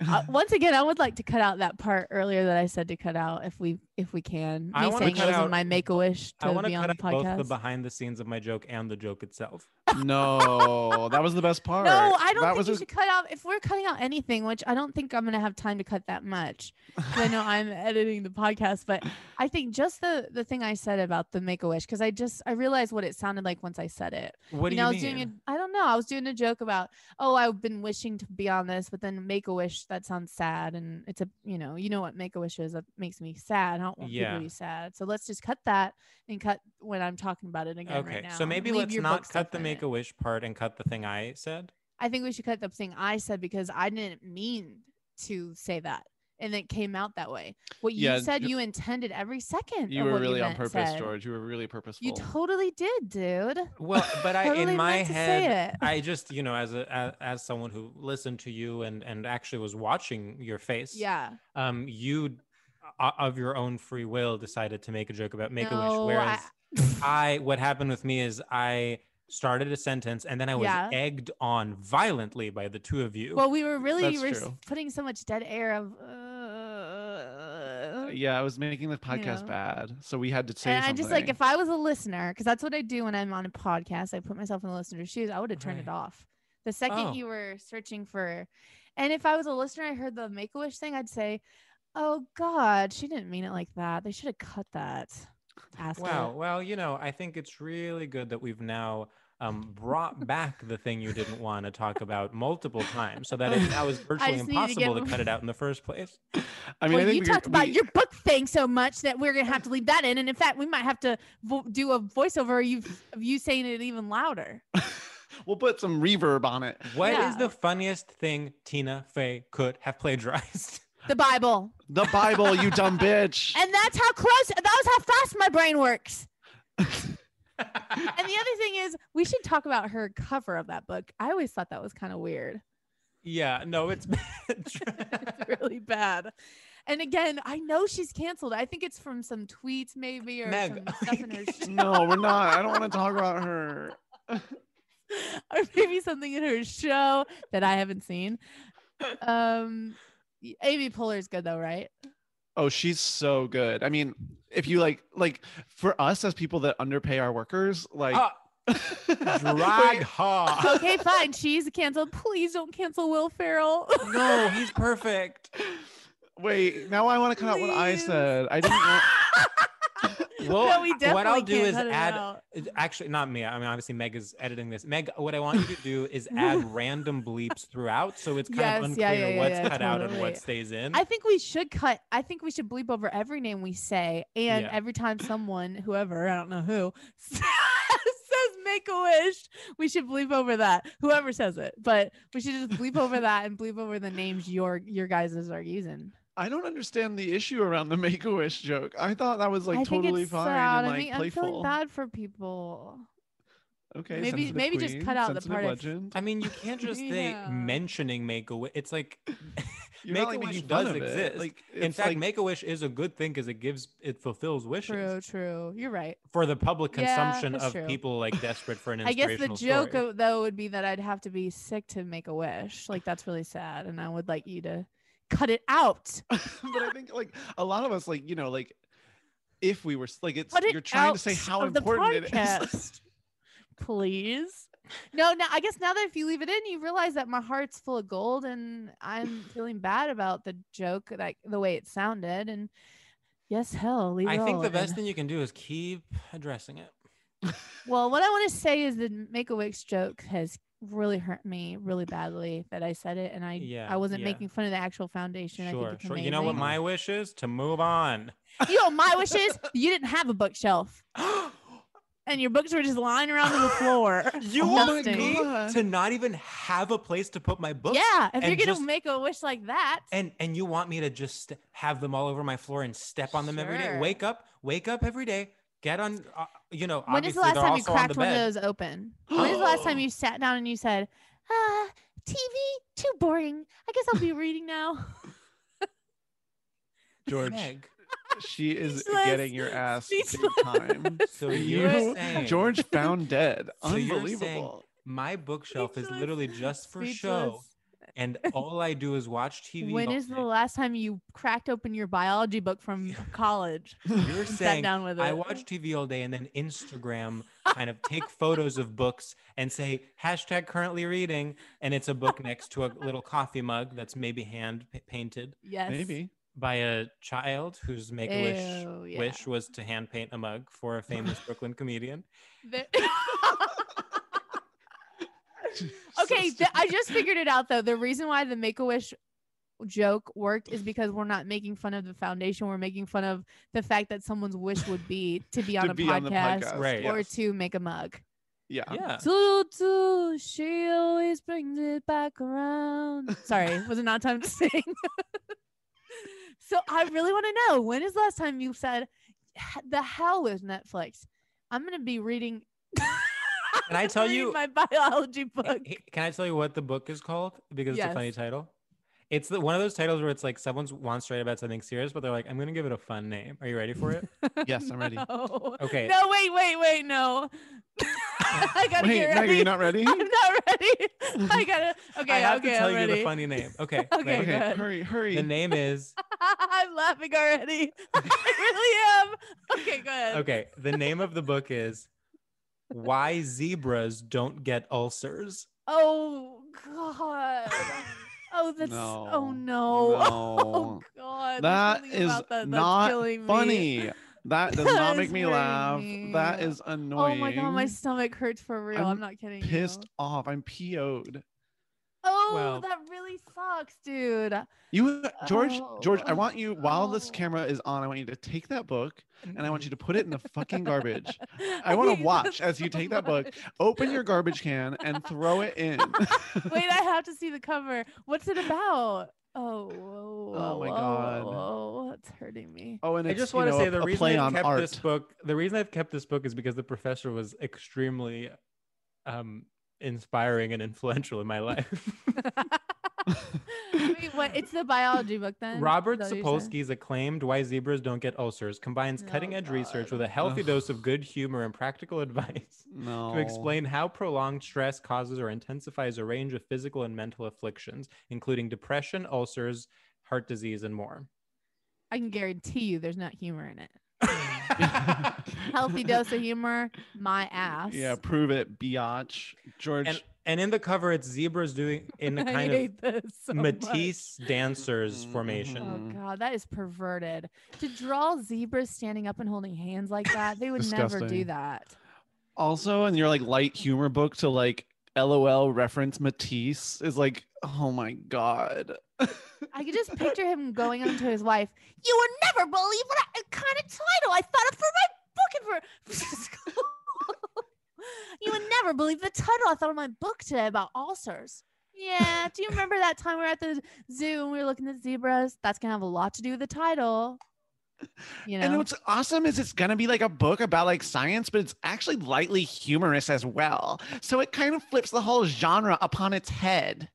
S3: uh, once again, I would like to cut out that part earlier that I said to cut out if we if we can. Me
S4: I wanna
S3: saying
S4: cut
S3: I was
S4: out-
S3: in my make a wish
S4: I
S3: to
S4: want
S3: be
S4: to
S3: on
S4: cut
S3: the
S4: out both
S3: podcast.
S4: the behind the scenes of my joke and the joke itself.
S2: No, that was the best part.
S3: no, I don't
S2: that
S3: think
S2: was
S3: you
S2: his-
S3: should cut out if we're cutting out anything, which I don't think I'm gonna have time to cut that much. 'cause I know I'm editing the podcast, but I think just the the thing I said about the make a wish, because I just I realized what it sounded like once I said it.
S4: What do
S3: know, I
S4: you
S3: was
S4: mean?
S3: doing a, I don't know. I was doing a joke about, oh, I've been wishing to be on this, but then make a wish that sounds sad, and it's a, you know, you know what make a wish is that makes me sad. I don't want people
S4: Yeah.
S3: to be sad, so let's just cut that and cut when I'm talking about it again.
S4: okay,
S3: right now
S4: so
S3: and
S4: maybe
S3: leave
S4: let's
S3: your
S4: not
S3: book
S4: cut
S3: stuff
S4: the
S3: in
S4: Make
S3: it.
S4: a Wish part and cut the thing I said.
S3: I think we should cut the thing I said because I didn't mean to say that. and it came out that way. What you
S2: Yeah,
S3: said,
S2: you-
S3: you intended every second.
S2: You
S3: of
S2: were
S3: what
S2: really on
S3: meant
S2: purpose,
S3: said.
S2: George. You were really purposeful.
S3: You totally did, dude.
S4: Well, but I
S3: Totally
S4: in my
S3: meant to say
S4: head,
S3: it.
S4: I just you know as a as, as someone who listened to you and and actually was watching your face.
S3: Yeah.
S4: Um, you o- of your own free will decided to make a joke about Make a
S3: No,
S4: Wish, whereas
S3: I-
S4: I what happened with me is I started a sentence and then I was
S3: Yeah.
S4: egged on violently by the two of you.
S3: Well, we were really
S4: That's
S3: we were s-
S4: true.
S3: putting so much dead air of. Uh,
S2: yeah, I was making the podcast
S3: know.
S2: bad, so we had to say
S3: and
S2: something.
S3: I just like if I was a listener, because that's what I do when I'm on a podcast. I put myself in the listener's shoes. I would have turned it off the second
S5: Oh.
S3: you were searching for. And if I was a listener, I heard the Make a Wish thing. I'd say, "Oh God, she didn't mean it like that. They should have cut that." Asshole.
S4: Wow. Well, you know, I think it's really good that we've now um, brought back the thing you didn't want to talk about multiple times, so that it now is virtually
S3: just needed to get
S4: impossible to,
S3: my-
S4: cut it out in the first place.
S2: I
S3: well, you talked about your book thing so much that we're gonna have to leave that in, and in fact, we might have to vo- do a voiceover of you of you saying it even louder.
S2: we'll put some reverb on it.
S4: What is
S3: Yeah.
S4: the funniest thing Tina Fey could have plagiarized?
S3: The Bible,
S2: The Bible, you dumb bitch.
S3: and that's how close. That was how fast my brain works. and the other thing is, we should talk about her cover of that book. I always thought that was kind of weird.
S4: Yeah. No, it's
S3: It's really bad. And again, I know she's canceled. I think it's from some tweets, maybe, or
S2: Meg,
S3: some stuff in her shoes.
S2: No, we're not. I don't want to talk about her.
S3: or maybe something in her show that I haven't seen. Um, y- Amy Poehler's good though, right?
S2: Oh, she's so good. I mean, if you like, like for us as people that underpay our workers, like
S4: Ah.
S3: Uh,
S4: drag ha.
S3: Okay, fine. She's canceled. Please don't cancel Will Ferrell.
S4: No, he's perfect.
S2: wait, now I want to cut out what I said. I didn't. Want-
S4: Well,
S3: No, we
S4: what I'll
S3: definitely
S4: do
S3: can't
S4: is
S3: cut it
S4: add.
S3: out.
S4: is- Actually, not me. I mean, obviously, Meg is editing this. Meg, what I want you to do is add random bleeps throughout, so it's kind of
S3: Yes,
S4: unclear
S3: yeah, yeah, yeah,
S4: what's
S3: yeah,
S4: cut out and
S3: totally.
S4: what stays
S2: Mm-hmm.
S4: in.
S3: I think we should cut. I think we should bleep over every name we say and
S4: Yeah.
S3: every time someone, whoever, I don't know who, says make a wish, we should bleep over that. Whoever says it, but we should just bleep over that and bleep over the names your your guys are using.
S2: I don't understand the issue around the Make a Wish joke. I thought that was like
S3: I think
S2: totally
S3: it's
S2: fine
S3: sad.
S2: and like
S3: I mean, I'm feeling
S2: playful.
S3: bad for people.
S2: okay,
S3: maybe-
S2: sensitive
S3: maybe just
S2: queen,
S3: cut out the
S2: sensitive
S3: part of-
S2: legend.
S4: I mean, you can't just
S3: Yeah.
S4: say mentioning Make a Wish. It's like
S2: You're not,
S4: Make a
S2: like,
S4: Wish
S2: making fun of
S4: does
S2: it.
S4: exist.
S2: Like,
S4: in
S2: it's
S4: fact,
S2: like-
S4: Make a Wish is a good thing because it gives it fulfills wishes
S3: True, true. You're right.
S4: for the public
S3: Yeah,
S4: consumption
S3: that's
S4: of
S3: true.
S4: people like desperate for an
S3: I guess the
S4: inspirational
S3: joke
S4: story.
S3: of, though would be that I'd have to be sick to make a wish. Like that's really sad, and I would like you to cut it out.
S2: but I think like a lot of us like you know like if we were s- like it's
S3: Put it
S2: you're trying
S3: out
S2: to say how
S3: of the
S2: important it is.
S3: podcast, please. No, no. I guess now that if you leave it in, you realize that my heart's full of gold, and I'm feeling bad about the joke, like the way it sounded. And yes, hell, leave it
S4: I think
S3: all
S4: the
S3: in.
S4: best thing you can do is keep addressing it.
S3: Well, what I want to say is the Make a Wish joke has really hurt me really badly that I said it, and I
S4: Yeah,
S3: I wasn't
S4: yeah.
S3: making fun of the actual foundation. I
S4: Sure,
S3: think it's
S4: sure. You know what
S3: amazing.
S4: my wish is? To move on.
S3: you know what my wish is you didn't have a bookshelf, and your books were just lying around on the floor.
S4: You
S3: Oh my
S4: want me
S2: God.
S4: to not even have a place to put my books?
S3: yeah, if
S4: and
S3: you're gonna
S4: just-
S3: make a wish like that,
S4: and and you want me to just st- have them all over my floor and step on them every day.
S3: Sure.
S4: Wake up, wake up every day. Get on. Uh, you know,
S3: when is the
S4: obviously
S3: last
S4: they're
S3: time you
S4: also on
S3: cracked
S4: the
S3: one of
S4: bed.
S3: those open? When is the last time you sat down and you said, "Ah, TV too boring. I guess I'll be reading now."
S2: George,
S4: Meg,
S2: she is
S3: Speechless.
S2: getting your ass big
S3: Speechless.
S2: time.
S4: So
S2: you,
S4: you're saying-
S2: George, found dead.
S4: So you're saying-
S2: Unbelievable.
S4: my bookshelf is
S3: Speechless.
S4: literally just for show,
S3: Speechless.
S4: and all I do is watch TV.
S3: When
S4: all
S3: is the
S4: day.
S3: last time you cracked open your biology book from college?
S4: You're
S3: sat
S4: saying
S3: down with
S4: I
S3: it?"
S4: watch TV all day and then Instagram kind of take photos of books and say hashtag currently reading, and it's a book next to a little coffee mug that's maybe hand pa- painted
S3: Yes.
S2: Maybe.
S4: by a child whose make a
S3: Ew,
S4: wish
S3: yeah.
S4: wish was to hand paint a mug for a famous Brooklyn comedian.
S3: The- okay, th- I just figured it out though. The reason why the Make a Wish joke worked is because we're not making fun of the foundation. We're making fun of the fact that someone's wish would be to be on,
S2: To
S3: a,
S2: be
S3: podcast
S2: on the podcast,
S4: Right.
S3: or
S2: yes.
S3: to make a mug.
S2: Yeah.
S4: Yeah.
S3: Toodle too, she always brings it back around. Sorry, was it not time to sing? So I really want to know when is the last time you said "H- the hell with Netflix? I'm gonna be reading.
S4: Can I tell
S3: reading
S4: you-
S3: my biology book?
S4: Hey, Can I tell you what the book is called? Because it's a funny
S3: Yes.
S4: title. It's the, one of those titles where it's like someone wants to write about something serious, but they're like, I'm going to give it a fun name. Are you ready for it?
S2: Yes, I'm ready.
S3: No.
S4: Okay.
S3: No, wait, wait, wait, no. I gotta
S2: Wait,
S3: get
S2: Megan,
S3: ready.
S2: you're not ready?
S3: I'm not ready. I gotta. Okay,
S4: I have
S3: okay,
S4: to tell
S3: I'm
S4: you
S3: ready.
S4: the funny name. Okay.
S3: Okay,
S4: ready?
S3: go
S2: Okay,
S3: ahead.
S2: hurry, hurry.
S4: The name is
S3: I'm laughing already. I really am. Okay, go ahead.
S4: okay. The name of the book is Why Zebras Don't Get Ulcers.
S3: Oh God. Oh, that's.
S2: No,
S3: Oh no.
S2: no.
S3: Oh God. there's
S2: that
S3: something
S2: is
S3: about that that's killing
S2: not
S3: me.
S2: funny. That does
S3: That
S2: not
S3: is
S2: make me
S3: very
S2: laugh. That
S3: mean.
S2: is annoying.
S3: Oh my God, my stomach hurts for real. I'm,
S2: I'm
S3: not kidding.
S2: Pissed
S3: You.
S2: off. I'm PO'd.
S3: Oh,
S4: Well-
S3: that really sucks, dude.
S2: You, George, George, I
S3: Oh,
S2: want you, while this
S3: oh.
S2: camera is on, I want you to take that book and I want you to put it in the fucking garbage. I
S3: I
S2: want
S3: hate
S2: to
S3: this
S2: watch as
S3: so
S2: you take that book,
S3: much.
S2: open your garbage can, and throw it in.
S3: Wait, I have to see the cover. What's it about? Oh, whoa,
S2: Oh
S3: whoa,
S2: my
S3: whoa,
S2: God.
S3: Whoa, that's hurting me.
S2: oh, and
S4: I
S2: it's,
S4: just
S2: you
S4: want to
S2: know,
S4: say
S2: a-
S4: the
S2: a
S4: reason
S2: play
S4: I've
S2: on
S4: kept
S2: art.
S4: this book, the reason I've kept this book is because the professor was extremely um inspiring and influential in my life.
S3: Wait, what? It's the biology book then?
S4: Robert
S3: Is that what you're saying?
S4: Sapolsky's acclaimed Why Zebras Don't Get Ulcers combines
S3: Oh,
S4: cutting edge research
S3: God.
S4: with a healthy
S2: Ugh.
S4: dose of good humor and practical advice
S2: No.
S3: Oh.
S4: to explain how prolonged stress causes or intensifies a range of physical and mental afflictions, including depression, ulcers, heart disease, and more.
S3: I can guarantee you there's not humor in it. Healthy
S2: Healthy
S3: dose of humor, my ass.
S2: Yeah, prove it, biatch. George,
S4: And, and in the cover, it's zebras doing in a
S3: I
S4: kind of
S3: hate this so much.
S4: Matisse dancers formation.
S3: Oh
S2: Mm.
S3: god, that is perverted. To draw zebras standing up and holding hands like that, they would never do
S2: Disgusting.
S3: that.
S2: also in your like light humor book to like LOL reference Matisse is like, oh my god.
S3: I could just picture him going on to his wife. You would never believe what I, kind of title I thought up for my book and for school. you would never believe the title I thought of my book today about ulcers. Yeah, do you remember that time we were at the zoo and we were looking at zebras? That's gonna have a lot to do with the title. You know,
S2: And what's awesome is it's gonna be like a book about like science, but it's actually lightly humorous as well. So it kind of flips the whole genre upon its head.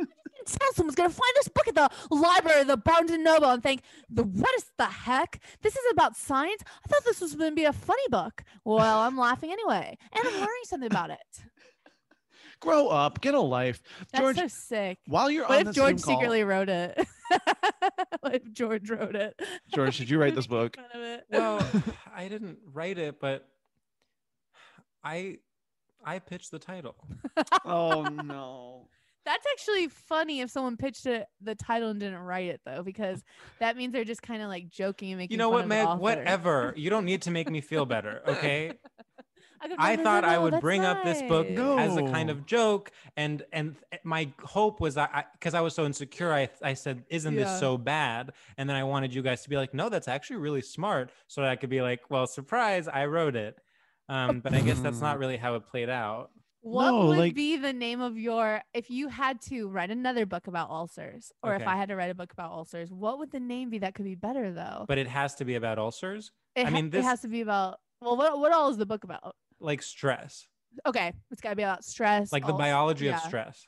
S3: can tell someone's gonna find this book at the library, the Barnes and Noble, and think, "The what is the heck? This is about science. I thought this was gonna be a funny book. Well, I'm laughing anyway, and I'm learning something about it.
S2: Grow up, get a life.
S3: That's
S2: George,
S3: so sick.
S2: while you're
S3: What
S2: on
S3: if
S2: this
S3: George
S2: Zoom call-
S3: secretly wrote it? what if George wrote it?
S2: George, did you write this book?
S3: None of it.
S4: Well, I didn't write it, but I I pitched the title.
S2: Oh no.
S3: That's actually funny if someone pitched it the title and didn't write it though, because that means they're just kind of like joking and making.
S4: You know
S3: fun
S4: what,
S3: of the
S4: Meg?
S3: author.
S4: Whatever. You don't need to make me feel better, okay?
S3: could
S4: I
S3: remember,
S4: thought
S3: no,
S4: I
S3: no,
S4: would
S3: that's
S4: bring up this book
S3: nice.
S4: as a kind
S2: No.
S4: of joke, and and th- my hope was I because I, was so insecure, I I said, "Isn't
S3: Yeah.
S4: this so bad?" And then I wanted you guys to be like, "No, that's actually really smart," so that I could be like, "Well, surprise, I wrote it." Um, but I guess that's not really how it played out.
S3: What
S2: No,
S3: would
S2: like-
S3: be the name of your if you had to write another book about ulcers, or if
S4: Okay.
S3: I had to write a book about ulcers, what would the name be that could be better though?
S4: But it has to be about ulcers,
S3: it
S4: I mean,
S3: it
S4: this-
S3: has to be about well, what what all is the book about?
S4: like stress,
S3: Okay, it's gotta be about stress.
S4: like the
S3: ul-
S4: biology of
S3: yeah.
S4: stress.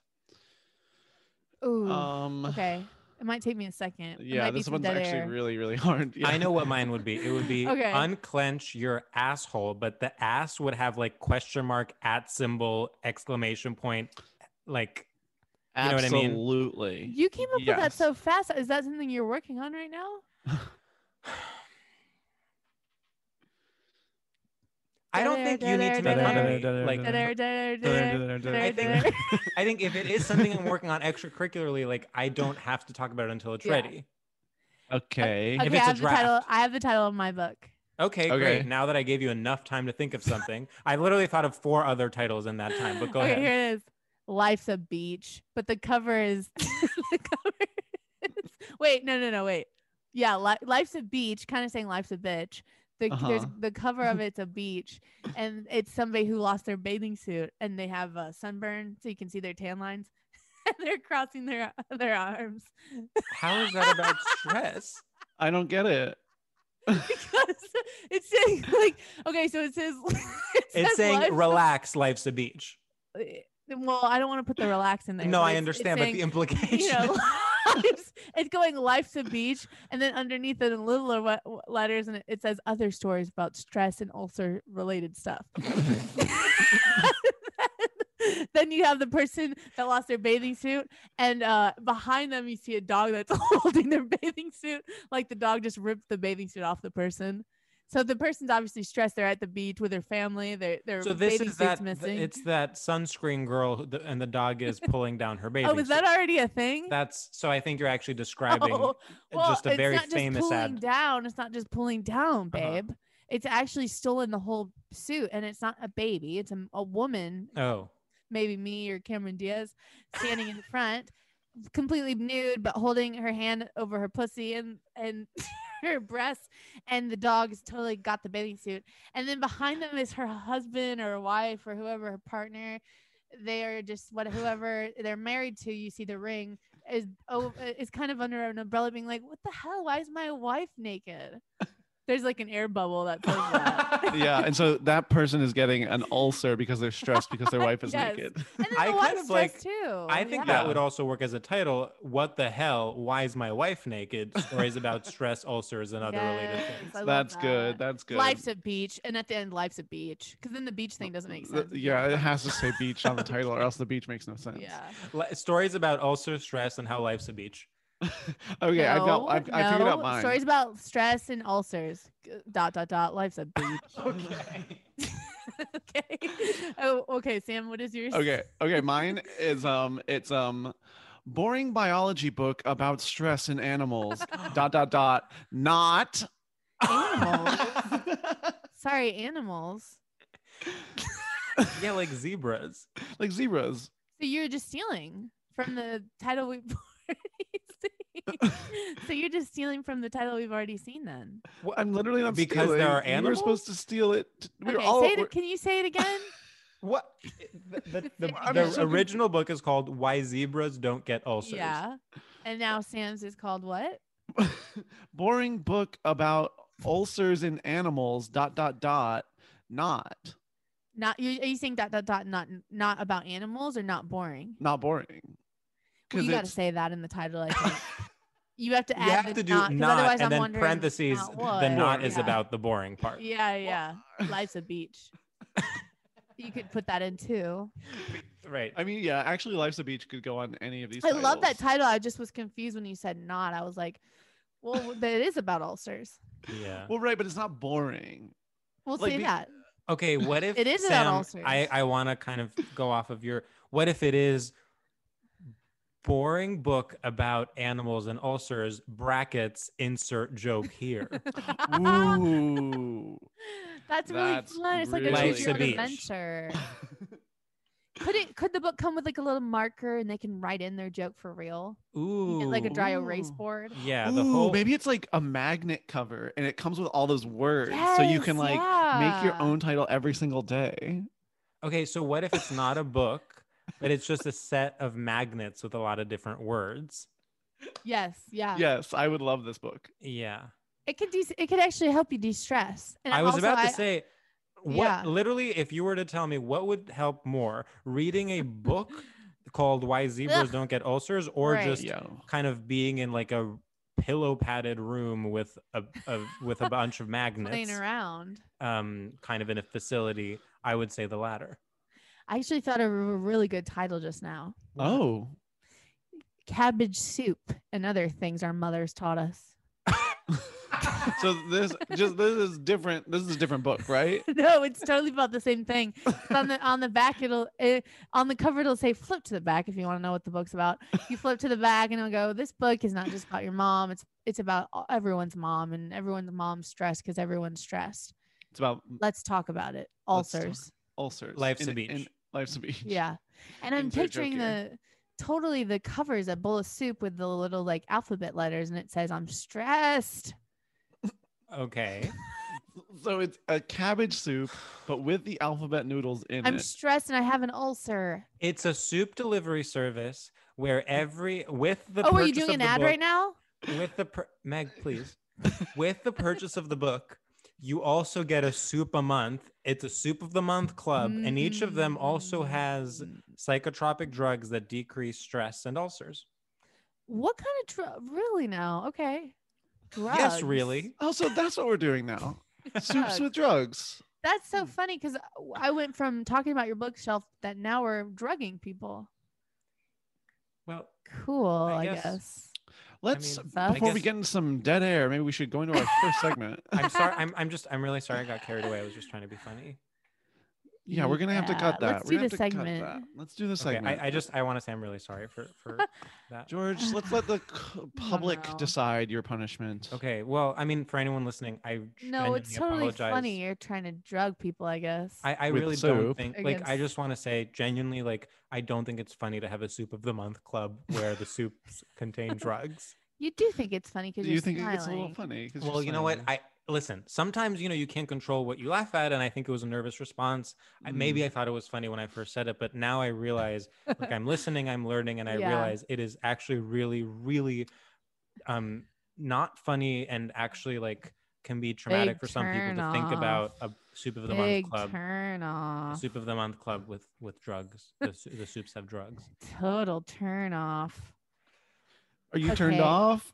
S3: Ooh,
S2: Um
S3: okay. It might take me a second. It
S2: Yeah,
S3: might be
S2: this
S3: some
S2: one's
S3: dead
S2: actually
S3: air.
S2: really, really hard. Yeah.
S4: I know what mine would be. It would be
S3: Okay.
S4: unclench your asshole, but the ass would have like question mark at symbol exclamation point, like You know what I mean?
S2: Absolutely.
S3: You came up with that
S2: Yes.
S3: so fast. Is that something you're working on right now?
S4: I don't think you need to make fun of me. Like
S3: Dead air, dead air, dead air, dead
S4: I
S3: air,
S4: think
S3: dead air.
S4: I think if it is something I'm working on extracurricularly, like I don't have to talk about it until it's
S3: Yeah.
S4: ready.
S2: Okay.
S3: Okay,
S4: if
S3: I
S4: it's a
S3: have the title.
S4: draft.
S3: I have the title of my book.
S4: Okay,
S2: Okay.
S4: great. Now that I gave you enough time to think of something, I literally thought of four other titles in that time. But go
S3: okay,
S4: ahead.
S3: here it is. Life's a beach, but the cover is the cover. Is, wait, no, no, no, wait. Yeah, li- life's a beach. Kind of saying life's a bitch. The, there's,
S2: Uh-huh.
S3: the cover of it's a beach, and it's somebody who lost their bathing suit, and they have a sunburn, so you can see their tan lines. and they're crossing their their arms.
S4: How is that about stress?
S2: I don't get it.
S3: because it's saying like okay, so it says it
S4: It's
S3: says
S4: saying
S3: life's a-
S4: relax, life's a beach.
S3: Well, I don't want to put the relax in there.
S4: No,
S3: but
S4: I
S3: it's- it's
S4: understand, but
S3: saying,
S4: the implication.
S3: you know, lives- it's going life's a beach, and then underneath it in little le- letters, and it, it says other stories about stress and ulcer related stuff. then you have the person that lost their bathing suit, and uh, behind them you see a dog that's holding their bathing suit, like the dog just ripped the bathing suit off the person. So the person's obviously stressed. They're at the beach with their family. Their their
S4: so this
S3: bathing
S4: is
S3: suit's
S4: that th-
S3: missing.
S4: it's that sunscreen girl who the, and the dog is pulling down her bathing
S3: oh, is that
S4: suit.
S3: already a thing?
S4: That's so I think you're actually describing
S3: Oh,
S4: just a
S3: it's
S4: very
S3: not just
S4: famous
S3: pulling
S4: ad. Uh-huh.
S3: down. It's not just pulling down, babe. It's actually stolen the whole suit, and it's not a baby. It's a, a woman,
S4: Oh.
S3: maybe me or Cameron Diaz, standing in front, completely nude, but holding her hand over her pussy and and her breasts, and the dog has totally got the bathing suit, and then behind them is her husband or wife or whoever her partner. They are just what whoever they're married to. You see the ring is oh is kind of under an umbrella, being like, "What the hell? Why is my wife naked?" There's like an air bubble that says that.
S2: yeah, and so that person is getting an ulcer because they're stressed because their wife is
S3: Yes.
S2: naked.
S3: And then
S4: I
S3: the
S4: kind
S3: wife's
S4: of like-
S3: dressed too.
S4: I think
S3: Oh, Yeah.
S4: that would also work as a title. What the hell? Why is my wife naked? Stories about stress, ulcers, and other related
S3: Yes,
S4: things.
S3: I love
S2: That's good. That's good.
S3: Life's a beach, and at the end, life's a beach. Because then the beach thing doesn't make
S2: Th-
S3: sense.
S2: Yeah, it has to say beach on the title, or else the beach makes no sense.
S3: Yeah.
S4: Li- stories about ulcer, stress, and how life's a beach.
S2: Okay, I
S3: No,
S2: felt I, I figured out
S3: no,
S2: mine.
S3: Stories about stress and ulcers. G- Dot dot dot. Life's a beach.
S4: okay.
S3: okay. Oh, okay, Sam. What is yours?
S2: okay, okay, mine is um, it's um, boring biology book about stress in animals. dot dot dot. Not.
S3: Animals. Sorry, animals.
S4: Yeah, like zebras.
S2: like zebras.
S3: So you're just stealing from the title we've already seen. so you're just stealing from the title we've already seen. Then.
S2: Well, I'm literally not
S4: Because there
S2: stealing.
S4: are
S2: We were supposed to steal it. We were
S3: okay.
S2: all.
S3: say it,
S2: we're-
S3: can you say it again?
S4: What? The, the, the,
S2: I'm
S4: the
S2: so conf-
S4: original book is called Why Zebras Don't Get Ulcers.
S3: yeah. And now Sam's is called what?
S2: boring book about ulcers in animals. Dot dot dot. Not
S3: Not you? Are you saying dot dot dot? Not not about animals or not boring?
S2: not boring.
S3: Well,
S2: 'Cause
S3: you got to
S2: it's-
S3: say that in the title. I think you have to
S4: You
S3: add.
S4: have
S3: the
S4: to do
S3: not,
S4: not,
S3: 'cause otherwise I'm
S4: and then
S3: wondering
S4: parentheses.
S3: not
S4: The
S3: what.
S4: not is
S3: Yeah.
S4: about the boring part.
S3: Yeah, yeah. Life's a beach. you could put that in too.
S4: Right.
S2: I mean, yeah. Actually, Life's a Beach could go on any of these.
S3: I love that
S2: titles.
S3: title. I just was confused when you said not. I was like, well, that is about ulcers.
S4: Yeah.
S2: Well, right, but it's not boring.
S3: We'll
S2: Like
S3: say
S2: the-
S3: that.
S4: Okay, what if
S3: It is about ulcers.
S4: Sam, I I want to kind of go off of your. What if it is boring book about animals and ulcers? Brackets insert joke here.
S2: Ooh.
S3: That's really
S2: That's
S3: fun. It's like
S2: really
S3: a choose your own
S4: good.
S3: adventure. could it? Could the book come with like a little marker and they can write in their joke for real? You
S4: Ooh.
S3: get, like a dry erase
S2: Ooh.
S3: board.
S4: yeah.
S2: Ooh,
S4: The whole
S2: maybe it's like a magnet cover, and it comes with all those words, so you can
S3: Yes,
S2: like make your
S3: yeah.
S2: own title every single day.
S4: Okay, so what if it's not a book, but it's just a set of magnets with a lot of different words?
S3: Yes. Yeah.
S2: Yes, I would love this book.
S4: Yeah.
S3: It could. De- it could actually help you de-stress. And
S4: I was
S3: also
S4: about
S3: I-
S4: to say what
S3: Yeah.
S4: literally if you were to tell me what would help more, reading a book called Why Zebras
S3: Ugh.
S4: Don't Get Ulcers or
S3: Right.
S4: just
S2: Yeah.
S4: kind of being in like a pillow padded room with a, a with a bunch of
S3: playing
S4: magnets
S3: around.
S4: um kind of in a facility, I would say the latter.
S3: I actually thought of a really good title just now.
S2: Oh.
S3: Cabbage soup and other things our mothers taught us.
S2: so this just this is different. This is a different book, right?
S3: no, it's totally about the same thing. But on the on the back, it'll uh, on the cover it'll say flip to the back if you want to know what the book's about. You flip to the back and it'll go. This book is not just about your mom. It's it's about all- everyone's mom and everyone's mom's stress because everyone's stressed.
S2: It's about
S3: Let's talk about it.
S2: Let's talk.
S3: Ulcers.
S2: ulcers.
S4: Life's a
S2: in-
S4: beach.
S2: in- life's a beach.
S3: Yeah. And I'm
S2: Insert joke
S3: picturing
S2: here.
S4: eh?
S3: the totally the covers a bowl of soup with the little like alphabet letters and it says I'm stressed.
S4: Okay.
S2: So it's a cabbage soup, but with the alphabet noodles in
S3: I'm
S2: it.
S3: stressed and I have an ulcer.
S4: It's a soup delivery service where every with the
S3: oh, are you
S4: purchase
S3: doing
S4: of
S3: an
S4: the
S3: ad
S4: book-
S3: right now?
S4: with the per- Meg, please. With the purchase of the book, you also get a soup a month. It's a soup of the month club, and each of them
S3: Mm.
S4: also has psychotropic drugs that decrease stress and ulcers.
S3: What kind of dr- really now? Okay.
S4: Yes,
S3: Drugs.
S4: really.
S2: Also, Oh, that's what we're doing now. Soups with drugs.
S3: That's so funny because I went from talking about your bookshelf that now we're drugging people.
S4: Well,
S3: Cool, I guess.
S4: guess-
S2: Let's
S4: mean,
S3: I
S2: before we
S4: guess-
S2: get into some dead air, maybe we should go into our first segment.
S4: I'm sorry. I'm, I'm just, I'm really sorry I got carried away. I was just trying to be funny.
S2: Yeah, we're gonna have to
S3: Yeah,
S2: cut that.
S3: let's
S2: we're
S3: do
S2: gonna
S3: the
S2: have to
S3: segment.
S2: Cut that. Let's do the
S4: Okay,
S2: segment.
S4: I, I just, I want to say I'm really sorry for, for that.
S2: George, let's let the c- public
S3: know.
S2: decide your punishment.
S4: Okay. Well, I mean, for anyone listening, I
S3: No, it's
S4: genuinely
S3: totally
S4: apologize.
S3: funny. You're trying to drug people, I guess.
S4: I, I
S2: With
S4: really don't
S2: soup.
S4: think like I
S3: Against-
S4: just want to say genuinely like I don't think it's funny to have a soup of the month club where the soups contain drugs.
S3: you do think it's funny
S2: Do
S3: because
S2: you
S3: you're
S2: think
S3: smiling.
S2: it's a little funny? 'cause you're
S4: Well, you know what?
S2: smiling?
S4: I listen, sometimes you know you can't control what you laugh at and I think it was a nervous response. I,
S2: Mm.
S4: maybe I thought it was funny when I first said it, but now I realize like I'm listening, I'm learning and I
S3: Yeah.
S4: realize it is actually really really um not funny and actually like can be
S3: Big
S4: traumatic for some people
S3: turn
S4: to think
S3: off.
S4: about a soup of the
S3: Big
S4: month club.
S3: turn
S4: the
S3: off.
S4: Soup of the month club with with drugs. The, su- the soups have drugs.
S3: Total turn off.
S2: Are you turned
S3: okay.
S2: off?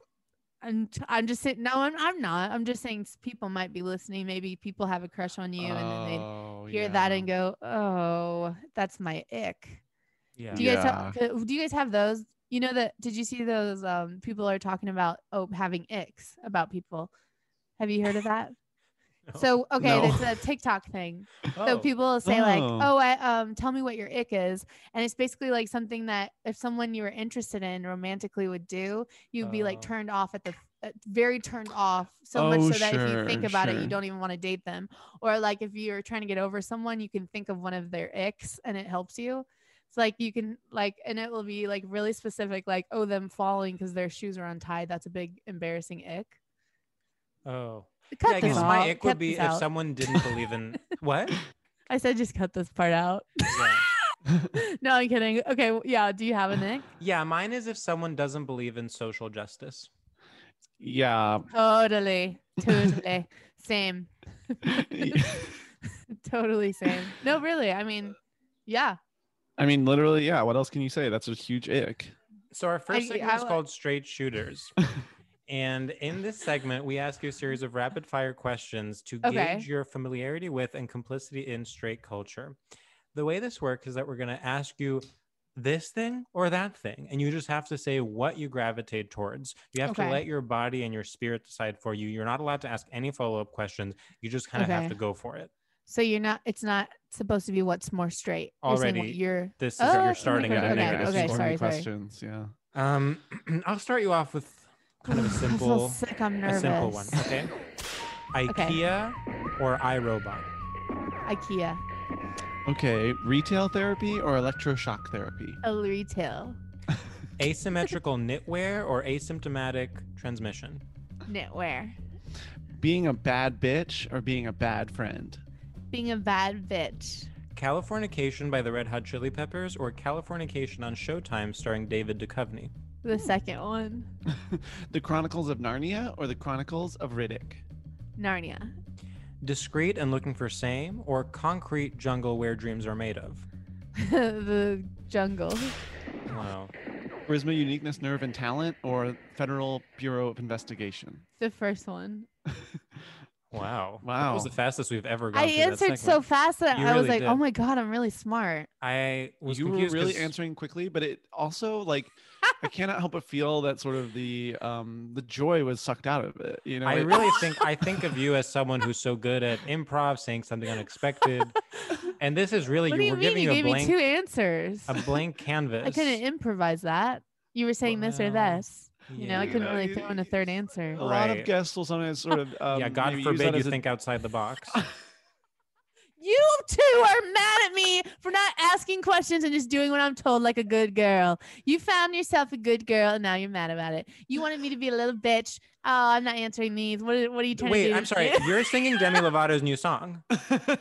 S3: I'm, t- I'm just saying, no, I'm, I'm not. I'm just saying s- people might be listening. Maybe people have a crush on you and then
S2: Oh,
S3: they hear that
S2: yeah.
S3: and go, oh, that's my ick.
S4: Yeah.
S3: Do you guys have, c- do you guys have those? You know that did you see those um people are talking about oh having icks about people. Have you heard of that?
S4: No.
S3: So okay,
S2: No.
S3: it's a TikTok thing. So
S4: Oh,
S3: people will say like,
S2: Oh.
S3: "Oh, I, um, tell me what your ick is," and it's basically like something that if someone you were interested in romantically would do, you'd be
S4: Oh.
S3: like turned off at the uh, very turned off so much
S2: Oh,
S3: so that if you think
S2: sure,
S3: about it,
S2: sure.
S3: you don't even want to date them. Or like if you're trying to get over someone, you can think of one of their icks and it helps you. It's like you can like, and it will be like really specific, like oh, them falling because their shoes are untied. That's a big embarrassing ick.
S4: oh.
S3: Cut
S4: yeah, I
S3: this
S4: guess my
S3: out.
S4: ick would
S3: Cut
S4: be
S3: this
S4: if
S3: out.
S4: someone didn't believe in what?
S3: I said just cut this part out.
S4: Yeah.
S3: no, I'm kidding. Okay, w- yeah. Do you have an ick?
S4: yeah, mine is if someone doesn't believe in social justice.
S2: Yeah.
S3: Totally, totally, same, totally same. No, really. I mean, yeah.
S2: I mean, literally, yeah. What else can you say? That's a huge ick.
S4: So our first
S3: I-
S4: segment
S3: I
S4: is
S3: like-
S4: called Straight Shooters. and in this segment, we ask you a series of rapid fire questions to
S3: Okay.
S4: gauge your familiarity with and complicity in straight culture. The way this works is that we're going to ask you this thing or that thing, and you just have to say what you gravitate towards. You have to
S3: Okay.
S4: let your body and your spirit decide for you. You're not allowed to ask any follow up questions. You just kind of have
S3: Okay.
S4: to go for it.
S3: So you're not. It's not supposed to be what's more straight. You're, saying
S4: Already
S3: what you're
S4: This is
S3: Oh,
S4: what
S3: okay,
S4: you're starting
S3: okay,
S4: at.
S3: okay,
S4: This is
S3: okay,
S4: what-
S3: sorry, sorry.
S2: questions. Yeah.
S4: Um, I'll start you off with kind of a
S3: I feel
S4: simple.
S3: sick. I'm nervous.
S4: a simple one. Okay. IKEA or iRobot.
S3: IKEA,
S2: Okay. Retail therapy or electroshock therapy?
S3: a retail
S4: Asymmetrical knitwear or asymptomatic transmission.
S3: knitwear.
S2: Being a bad bitch or being a bad friend?
S3: Being a bad bitch.
S4: Californication by the Red Hot Chili Peppers or Californication on Showtime starring David Duchovny.
S3: The second one,
S2: the Chronicles of Narnia or the Chronicles of Riddick?
S3: Narnia.
S4: Discreet and looking for same or concrete jungle where dreams are made of.
S3: the jungle.
S4: Wow.
S2: Charisma, uniqueness, nerve, and talent or Federal Bureau of Investigation?
S3: The first one.
S4: Wow. That
S2: Wow.
S4: was the fastest we've ever gone.
S3: I
S4: through that
S3: answered so
S4: segment.
S3: fast that
S4: You
S3: I was
S4: really
S3: like, "Oh
S4: did.
S3: my god, I'm really smart."
S4: I was
S2: you were
S4: confused
S2: really
S4: 'cause-
S2: answering quickly, but it also like I cannot help but feel that sort of the um the joy was sucked out of it. You know,
S4: I
S2: It-
S4: really think I think of you as someone who's so good at improv, saying something unexpected, and this is really
S3: what
S4: you
S3: do you
S4: were
S3: mean?
S4: giving
S3: You
S4: a
S3: gave
S4: blank
S3: me two answers.
S4: a blank canvas.
S3: I couldn't improvise that. You were saying this or
S4: Well,
S3: this. You know, I
S2: yeah.
S3: couldn't
S2: No,
S3: really
S2: you-
S3: throw in a third answer.
S2: a lot
S4: Right.
S2: of guests will sometimes sort of um,
S4: yeah, God
S2: maybe use
S4: forbid
S2: that
S4: you
S2: as a-
S4: think outside the box.
S3: You two are mad at me for not asking questions and just doing what I'm told like a good girl. You found yourself a good girl and now you're mad about it. You wanted me to be a little bitch. Oh, I'm not answering these. What are, what are you trying to
S4: Wait,
S3: do?
S4: I'm sorry. You're singing Demi Lovato's new song.
S2: Oh.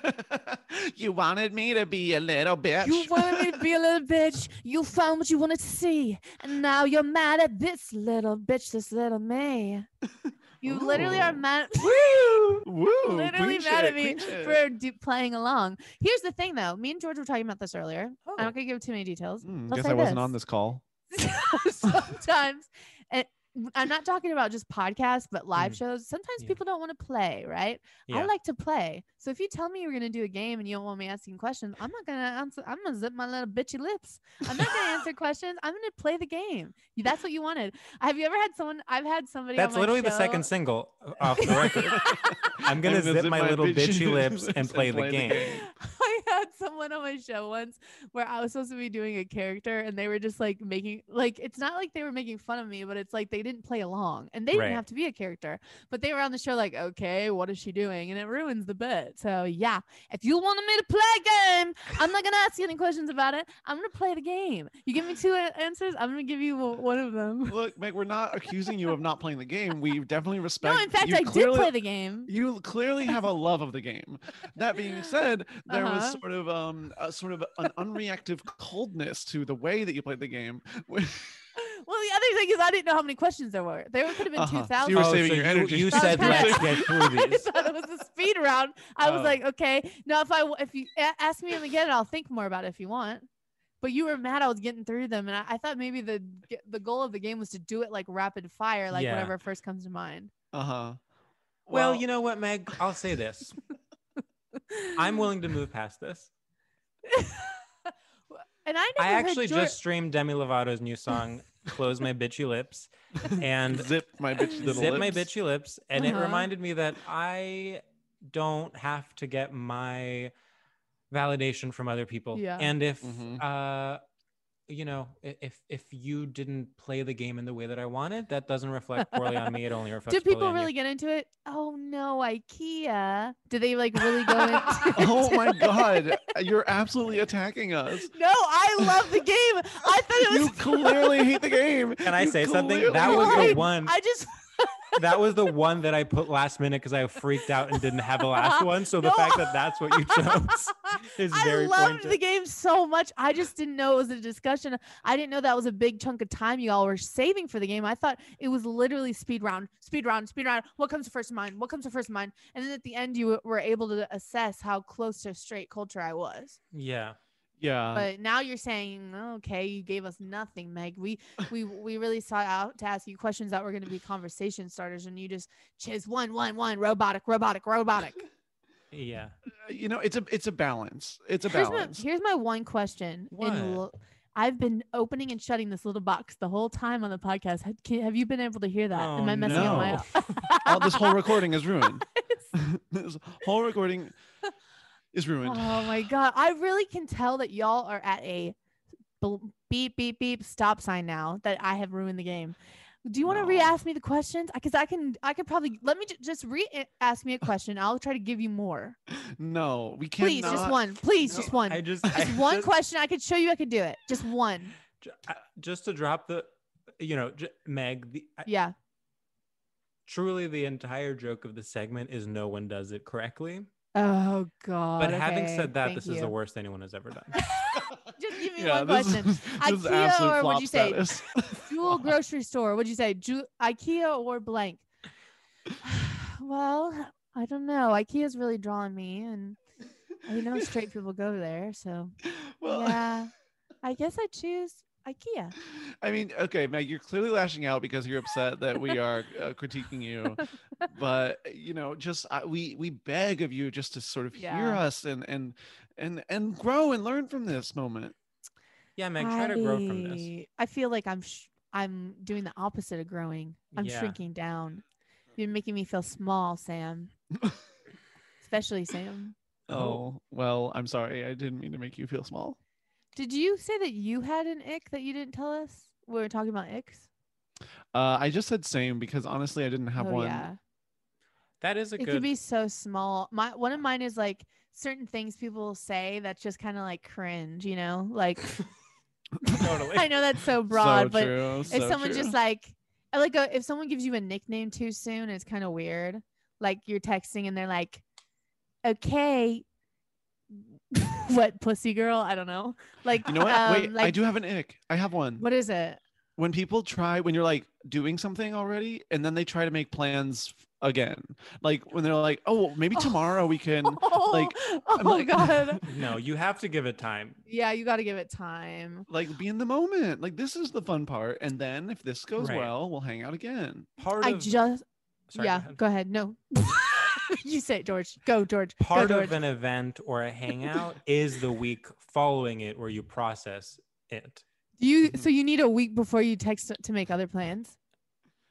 S2: you wanted me to be a little bitch.
S3: You wanted me to be a little bitch. You found what you wanted to see. And now you're mad at this little bitch, this little me. You literally are
S2: Ooh.
S3: mad.
S2: Woo! Woo!
S3: literally
S2: Queen
S3: mad
S2: shit,
S3: at me
S2: queen shit.
S3: for d- playing along. Here's the thing, though. Me and George were talking about this earlier.
S2: Oh.
S3: I'm not gonna give too many details.
S2: Mm,
S3: I'll
S2: guess
S3: say
S2: I wasn't
S3: this.
S2: on this call.
S4: Mm.
S3: sometimes and i'm not talking about just podcasts but live
S2: Mm.
S3: shows sometimes
S4: Yeah.
S3: people don't want to play right i
S4: Yeah.
S3: like to play so if you tell me you're going to do a game and you don't want me asking questions i'm not going to answer i'm going to zip my little bitchy lips i'm not going to answer questions i'm going to play the game You- that's what you wanted have you ever had someone i've had somebody on
S4: That's
S3: my
S4: literally the
S3: show-
S4: second single off the record. I'm gonna
S2: I'm gonna
S4: zip
S2: zip
S4: my,
S2: my
S4: little
S2: bitchy
S4: bitchy lips
S2: lips
S4: and play, the, game.
S3: I had someone on my show once where I was supposed to be doing a character and they were just like making like it's not like they were making fun of me, but it's like they didn't play along and they
S4: Right.
S3: didn't have to be a character. But they were on the show like, okay, what is she doing? And it ruins the bit. So yeah, if you wanted me to play a game, I'm not gonna ask you any questions about it. I'm gonna play the game. You give me two a- answers, I'm gonna give you o- one of them.
S2: Look, Meg, we're not accusing you of not playing the game. We definitely respect.
S3: No, in fact,
S2: you
S3: I did
S2: clearly-
S3: play the game.
S2: You clearly have a love of the game. That being said, there was
S3: Uh-huh.
S2: sort of um a, sort of an unreactive coldness to the way that you played the game.
S3: Well, the other thing is I didn't know how many questions there were. There could have been
S2: Uh-huh. So you
S3: 2,000.
S2: were saving your
S4: Oh, you-
S2: energy.
S4: You,
S2: That
S3: was
S4: said
S3: kinda-
S4: let's get through
S3: I
S4: these.
S3: thought it was a speed round. I
S2: Oh.
S3: was like, okay, now if I w- if you a- ask me them again, I'll think more about it if you want. But you were mad I was getting through them, and I, I thought maybe the g- the goal of the game was to do it like rapid fire, like
S4: Yeah.
S3: whatever first comes to mind.
S2: Uh huh.
S4: Well, you know what, Meg? I'll say this. I'm willing to move past this.
S3: And I
S4: I
S3: never heard
S4: actually
S3: George-
S4: just streamed Demi Lovato's new song, Close My Bitchy Lips, and
S2: zip my bitch little
S4: Zip My
S2: lips.
S4: Bitchy Lips. And it
S3: Uh-huh.
S4: reminded me that I don't have to get my validation from other people.
S3: Yeah.
S4: And if,
S2: Mhm.
S4: uh, you know, i- if if you didn't play the game in the way that I wanted, that doesn't reflect poorly on me. It only reflects.
S3: Did people
S4: poorly on you.
S3: really get into it? Oh no, IKEA. Did they like really go into?
S2: Oh my
S3: into it?
S2: god, you're absolutely attacking us.
S3: No, I love the game. I thought it was.
S2: You clearly hate the game.
S4: Can I
S2: You
S4: say something? That
S2: clearly-
S4: was
S3: Why?
S4: the one.
S3: I just
S4: That was the one that I put last minute because I freaked out and didn't have a last one. So the
S3: No.
S4: fact that that's what you chose is
S3: I
S4: very
S3: loved the
S4: pointed.
S3: game so much. I just didn't know it was a discussion. I didn't know that was a big chunk of time you all were saving for the game. I thought it was literally speed round, speed round, speed round. What comes to first in mind? What comes to first in mind? And then at the end, you were able to assess how close to straight culture I was.
S4: Yeah. Um,
S2: Yeah.
S3: But now you're saying, okay, you gave us nothing, Meg. We we we really sought out to ask you questions that were going to be conversation starters, and you just chiz one one one robotic robotic robotic.
S4: Yeah.
S2: you know, it's a it's a balance. It's a
S3: here's my,
S2: balance.
S3: here's my one question.
S4: What?
S3: l- I've been opening and shutting this little box the whole time on the podcast. Have, can, have you been able to hear that?
S4: Oh,
S3: Am I messing up my?
S2: All this whole recording is ruined. this whole recording is ruined.
S3: oh my god! I really can tell that y'all are at a bl- beep beep beep stop sign now. That I have ruined the game. Do you want to
S2: No.
S3: re-ask me the questions? Because I can, I could probably let me ju- just re-ask me a question. I'll try to give you more.
S2: No, we can't.
S3: Please, just one. Please,
S2: No,
S3: just one.
S4: I just
S3: just
S4: I
S3: one
S4: just,
S3: question. I could show you. I could do it. Just one.
S4: ju- I- just to drop the, you know, j- Meg. The, I-
S3: Yeah.
S4: truly, the entire joke of the segment is no one does it correctly.
S3: Oh god.
S4: But having
S3: okay,
S4: said that,
S3: thank
S4: this is
S3: you.
S4: the worst anyone has ever done.
S3: Just give me
S2: Yeah,
S3: one
S2: this,
S3: question.
S2: is- this is
S3: IKEA
S2: absolute
S3: or
S2: flop
S3: what'd you say?
S2: status.
S3: Dual grocery store. What'd you say? Ju- IKEA or blank? well, I don't know. IKEA's really drawing me, and you know, straight people go there. So
S2: Well,
S3: yeah, I guess I choose IKEA.
S2: I mean, okay, Meg, you're clearly lashing out because you're upset that we are uh, critiquing you. But you know, just uh, we we beg of you just to sort of hear
S3: Yeah.
S2: us and and and and grow and learn from this moment.
S4: yeah, Meg, try to grow from this.
S3: I feel like I'm sh- I'm doing the opposite of growing. I'm
S4: Yeah.
S3: shrinking down. You're making me feel small, Sam. Especially Sam.
S2: Oh well, I'm sorry. I didn't mean to make you feel small.
S3: Did you say that you had an ick that you didn't tell us? We were talking about icks.
S2: Uh, I just said same because honestly, I didn't have
S3: Oh
S2: one.
S3: yeah,
S4: That is a
S3: it
S4: good.
S3: could be so small. My one of mine is like certain things people say that's just kind of like cringe, you know? Like
S4: totally.
S3: I know that's so broad,
S2: so
S3: but
S2: true,
S3: if
S2: so
S3: someone just
S2: true.
S3: like, I like a, if someone gives you a nickname too soon, it's kind of weird. Like you're texting and they're like, "Okay, what pussy girl?" I don't know. Like
S2: you know what?
S3: um,
S2: Wait, I
S3: like,
S2: do have an ick. I have one.
S3: What is it?
S2: when people try when you're like doing something already and then they try to make plans f- again like when they're like oh maybe tomorrow we can like
S3: oh my
S2: like-
S3: god.
S4: no, you have to give it time.
S3: Yeah, you got to give it time.
S2: like be in the moment like this is the fun part and then if this goes
S4: Right.
S2: well we'll hang out again
S4: Part
S3: I
S4: of
S3: just
S4: Sorry, go
S3: yeah.
S4: ahead.
S3: Go ahead. No. you say it, George. Go, George. Go,
S4: part
S3: George.
S4: of an event or a hangout is the week following it where you process it.
S3: you
S4: Mm-hmm.
S3: so you need a week before you text to make other plans.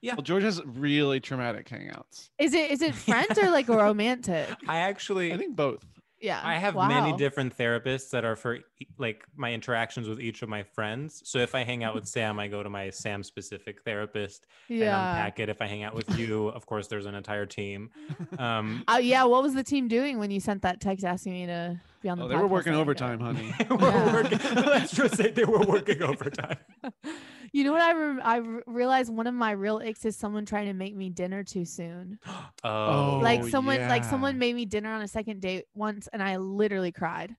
S2: well george has really traumatic hangouts
S3: Is it is it friends or like romantic?
S4: I actually
S2: i think both
S3: Yeah.
S4: I have many
S3: wow.
S4: different therapists that are for e- like my interactions with each of my friends. So if I hang out with Sam, I go to my Sam specific therapist and
S3: Mm-hmm. Yeah.
S4: unpack it. If I hang out with you, of course, there's an entire team. Um,
S3: Oh yeah. What was the team doing when you sent that text asking me to be on the?
S2: oh, they were
S3: podcast
S2: working
S3: that
S2: overtime
S3: night?
S2: honey
S4: we're
S3: Yeah.
S4: working, let's just say they were working overtime.
S3: You know what I rem- I re- realized one of my real icks is someone trying to make me dinner too soon.
S4: Oh,
S3: like
S2: Oh,
S3: someone like
S2: yeah.
S3: someone made me dinner on a second date once and I literally cried.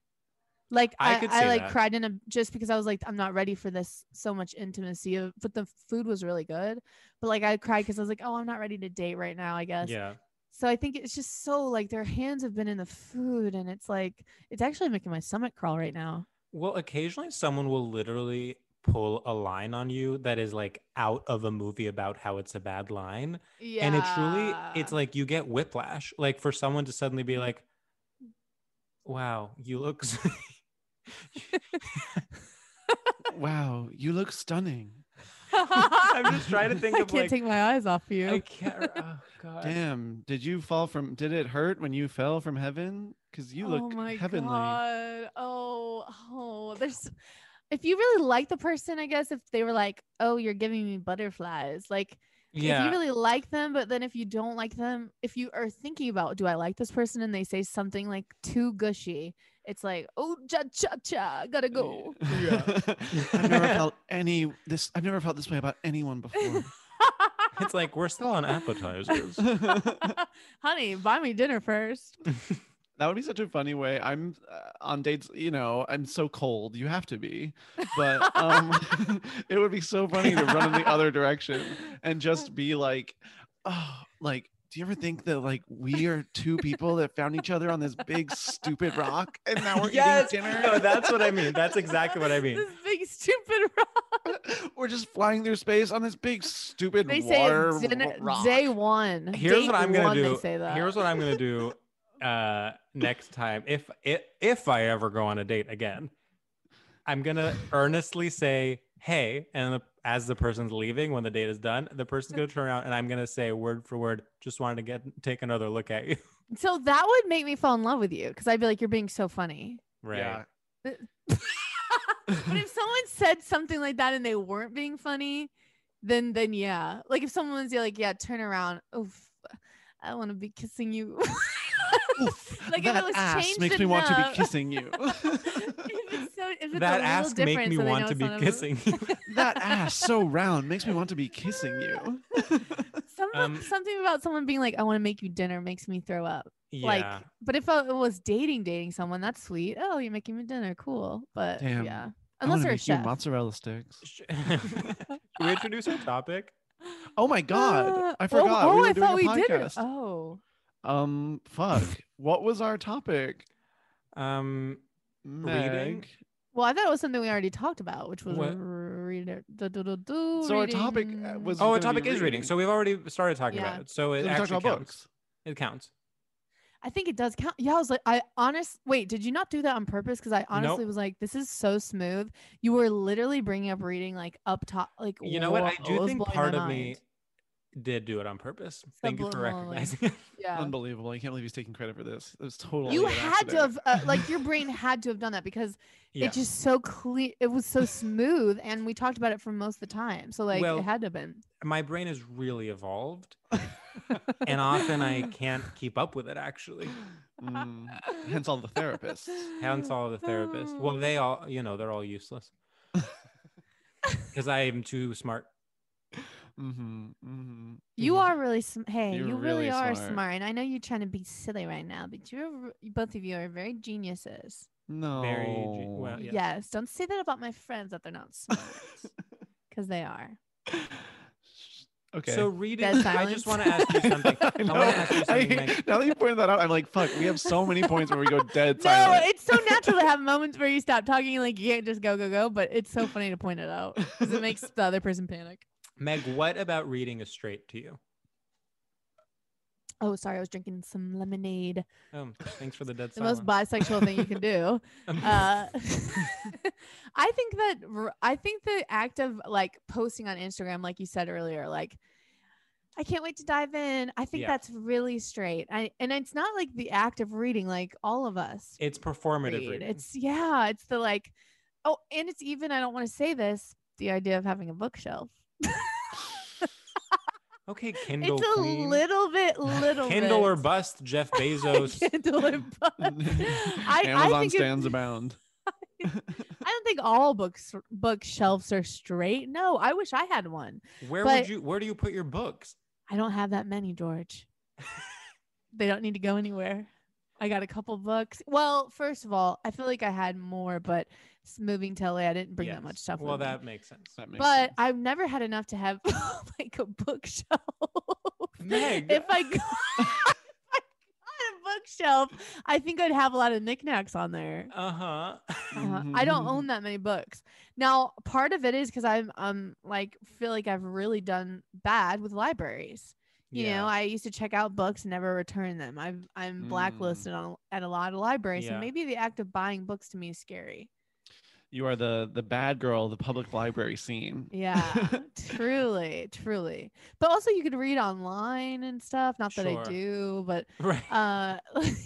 S3: Like
S4: I
S3: I,
S4: could
S3: I,
S4: see
S3: like
S4: that.
S3: cried in a just because I was like I'm not ready for this so much intimacy of but the food was really good. But like I cried because I was like, oh, I'm not ready to date right now, I guess.
S4: yeah.
S3: So I think it's just so like their hands have been in the food and it's like it's actually making my stomach crawl right now.
S4: Well, occasionally someone will literally pull a line on you that is like out of a movie about how it's a bad line.
S3: Yeah.
S4: And it truly, it's like you get whiplash. Like for someone to suddenly be like, wow, you look. s-
S2: wow you look stunning
S3: I'm
S4: just trying to think
S3: I
S4: of,
S3: can't
S4: like-
S3: take my eyes off you.
S4: I can't. re- Oh, God.
S2: damn did you fall from did it hurt when you fell from heaven because you look
S3: oh my
S2: heavenly
S3: god oh oh there's if you really like the person i guess if they were like oh you're giving me butterflies like if
S4: Yeah.
S3: you really like them but then if you don't like them if you are thinking about do i like this person and they say something like too gushy it's like oh cha cha cha gotta go
S2: Yeah. I've never felt any this I've never felt this way about anyone before.
S4: It's like we're still on appetizers.
S2: that
S3: honey buy me dinner first
S2: would be such a funny way. I'm uh, on dates, you know, I'm so cold. You have to be. But um it would be so funny to run in the other direction and just be like, oh, like do you ever think that like we are two people that found each other on this big stupid rock and now we're
S4: Yes.
S2: eating dinner?
S4: No, that's what I mean. That's exactly what I mean.
S3: this big stupid rock
S2: we're just flying through space on this big stupid
S3: they say
S2: water
S3: it's dinner
S2: ro- rock.
S3: day one
S4: Here's
S3: Date
S4: what I'm gonna
S3: one,
S4: do.
S3: they say that.
S4: Here's what I'm gonna do uh, next time if if if I ever go on a date again. I'm gonna earnestly say hey, and the, as the person's leaving, when the date is done, the person's gonna turn around, and I'm gonna say word for word, just wanted to get take another look at you.
S3: So that would make me fall in love with you because I'd be like, you're being so funny.
S4: Right.
S2: Yeah.
S3: But if someone said something like that and they weren't being funny, then then yeah. Like if someone's like, yeah, turn around. Oof, I want to be kissing you.
S2: Oof,
S3: Like, if it
S2: that
S3: was
S2: ass
S3: changed
S2: makes me want to
S3: enough.
S2: be kissing you.
S3: If it's so, if it's
S4: That
S3: a
S4: ass
S3: little
S4: make
S3: different,
S4: me
S3: so they
S4: want
S3: know
S4: to
S3: it's
S4: be
S3: not a move.
S4: kissing you.
S2: that ass so round makes me want to be kissing you.
S3: Someone,
S4: Um,
S3: something about someone being like, I want to make you dinner makes me throw up.
S4: yeah.
S3: Like, but if I was dating dating someone, that's sweet. Oh, you're making me dinner, cool. But
S2: Damn,
S3: yeah,
S2: I
S3: unless
S2: wanna
S3: they're a
S2: make you
S3: chef.
S2: mozzarella sticks.
S4: Sh- Should we introduce our topic?
S2: Oh my god,
S3: Uh,
S2: I
S3: oh,
S2: forgot.
S3: Oh,
S2: we were
S3: I
S2: doing
S3: thought
S2: a
S3: we did. it.
S2: podcast.
S3: Oh,
S2: Um, fuck. what was our topic?
S4: Um, Reading?
S2: Meg?
S3: well, I thought it was something we already talked about, which was
S4: What?
S3: reader.
S2: So our topic, uh, was-
S4: oh, our
S2: gonna be
S4: topic is reading.
S2: reading.
S4: So we've already started talking
S3: Yeah.
S4: about it. So
S2: We
S4: it
S2: talked
S4: actually
S2: about
S4: counts.
S2: books.
S4: It counts.
S3: I think it does count. Yeah, I was like, I honest. Wait, did you not do that on purpose? Because I honestly was like, this is so smooth. You were literally bringing up reading like up top. Like
S4: You know what? I
S3: whoa, it
S4: do
S3: was
S4: think
S3: blowing my
S4: part of me
S3: mind.
S4: did do it on purpose. Thank you for
S3: Subliminally.
S4: recognizing it.
S3: Yeah.
S2: Unbelievable! I can't believe he's taking credit for this. It was totally.
S3: You
S2: an
S3: had to have
S2: accident.
S3: uh, like your brain had to have done that because
S4: yeah.
S3: it just so clean. It was so smooth, and we talked about it for most of the time. So like
S4: Well,
S3: it had to have been.
S4: My brain is really evolved, and often I can't keep up with it. Actually,
S2: Mm, hence all the therapists.
S4: hence all the therapists. Well, they all, you know, they're all useless because I am too smart.
S2: Mm-hmm, mm-hmm,
S3: You are really sm- hey,
S2: You're
S3: you really,
S2: really
S3: are
S2: smart.
S3: smart. and I know you're trying to be silly right now, but you're r- both of you are very geniuses.
S2: No.
S4: Very ge- well, yeah.
S3: Yes, don't say that about my friends that they're not smart. because they are.
S2: Okay.
S4: So reading,
S3: Dead
S4: I
S3: silence.
S4: just want to ask you something. I,
S2: I know.
S4: want to ask you
S2: I-
S4: something. Meg.
S2: now that you pointed that out, I'm like, fuck, we have so many points where we go dead
S3: No,
S2: silent.
S3: it's so natural to have moments where you stop talking, and, like you can't just go go go. But it's so funny to point it out because it makes the other person panic.
S4: Meg, what about reading is straight to you?
S3: Oh, sorry, I was drinking some lemonade.
S4: Um, thanks for the dead
S3: The
S4: silence.
S3: most bisexual thing you can do.
S4: Um,
S3: uh, I think that r- I think the act of like posting on Instagram, like you said earlier, like I can't wait to dive in. I think
S4: Yeah.
S3: that's really straight. I and it's not like the act of reading, like all of us
S4: it's performative.
S3: read.
S4: reading.
S3: It's yeah, it's the like oh, and it's even I don't want to say this, the idea of having a bookshelf.
S4: okay, Kindle.
S3: it's a
S4: queen.
S3: little bit, little
S4: Kindle
S3: bit.
S4: or bust, Jeff Bezos.
S3: Kindle or bust. I, I
S2: Amazon
S3: think it's-
S2: stands abound.
S3: I don't think all books bookshelves are straight. No, I wish I had one.
S4: Where would
S3: but-
S4: you? Where do you put your books?
S3: I don't have that many, George. they don't need to go anywhere. I got a couple books. Well, first of all, I feel like I had more, but s- moving to LA, I didn't bring
S4: Yes.
S3: that much stuff.
S4: Well,
S3: with me.
S4: that makes sense.
S2: That makes
S3: But
S2: sense.
S3: I've never had enough to have like a bookshelf.
S4: Meg.
S3: if I got, if I got a bookshelf, I think I'd have a lot of knickknacks on there.
S4: Uh huh.
S3: Uh,
S4: Mm-hmm,
S3: I don't
S2: Mhm.
S3: own that many books. Now, part of it is because I'm um like feel like I've really done bad with libraries. You know, I used to check out books and never return them. I've I'm
S2: Mm.
S3: blacklisted on at a lot of libraries,
S4: Yeah.
S3: and maybe the act of buying books to me is scary.
S2: You are the the bad girl of the public library scene.
S3: Yeah, truly, truly. But also, you could read online and stuff. Not that
S4: Sure.
S3: I do, but
S4: right.
S3: uh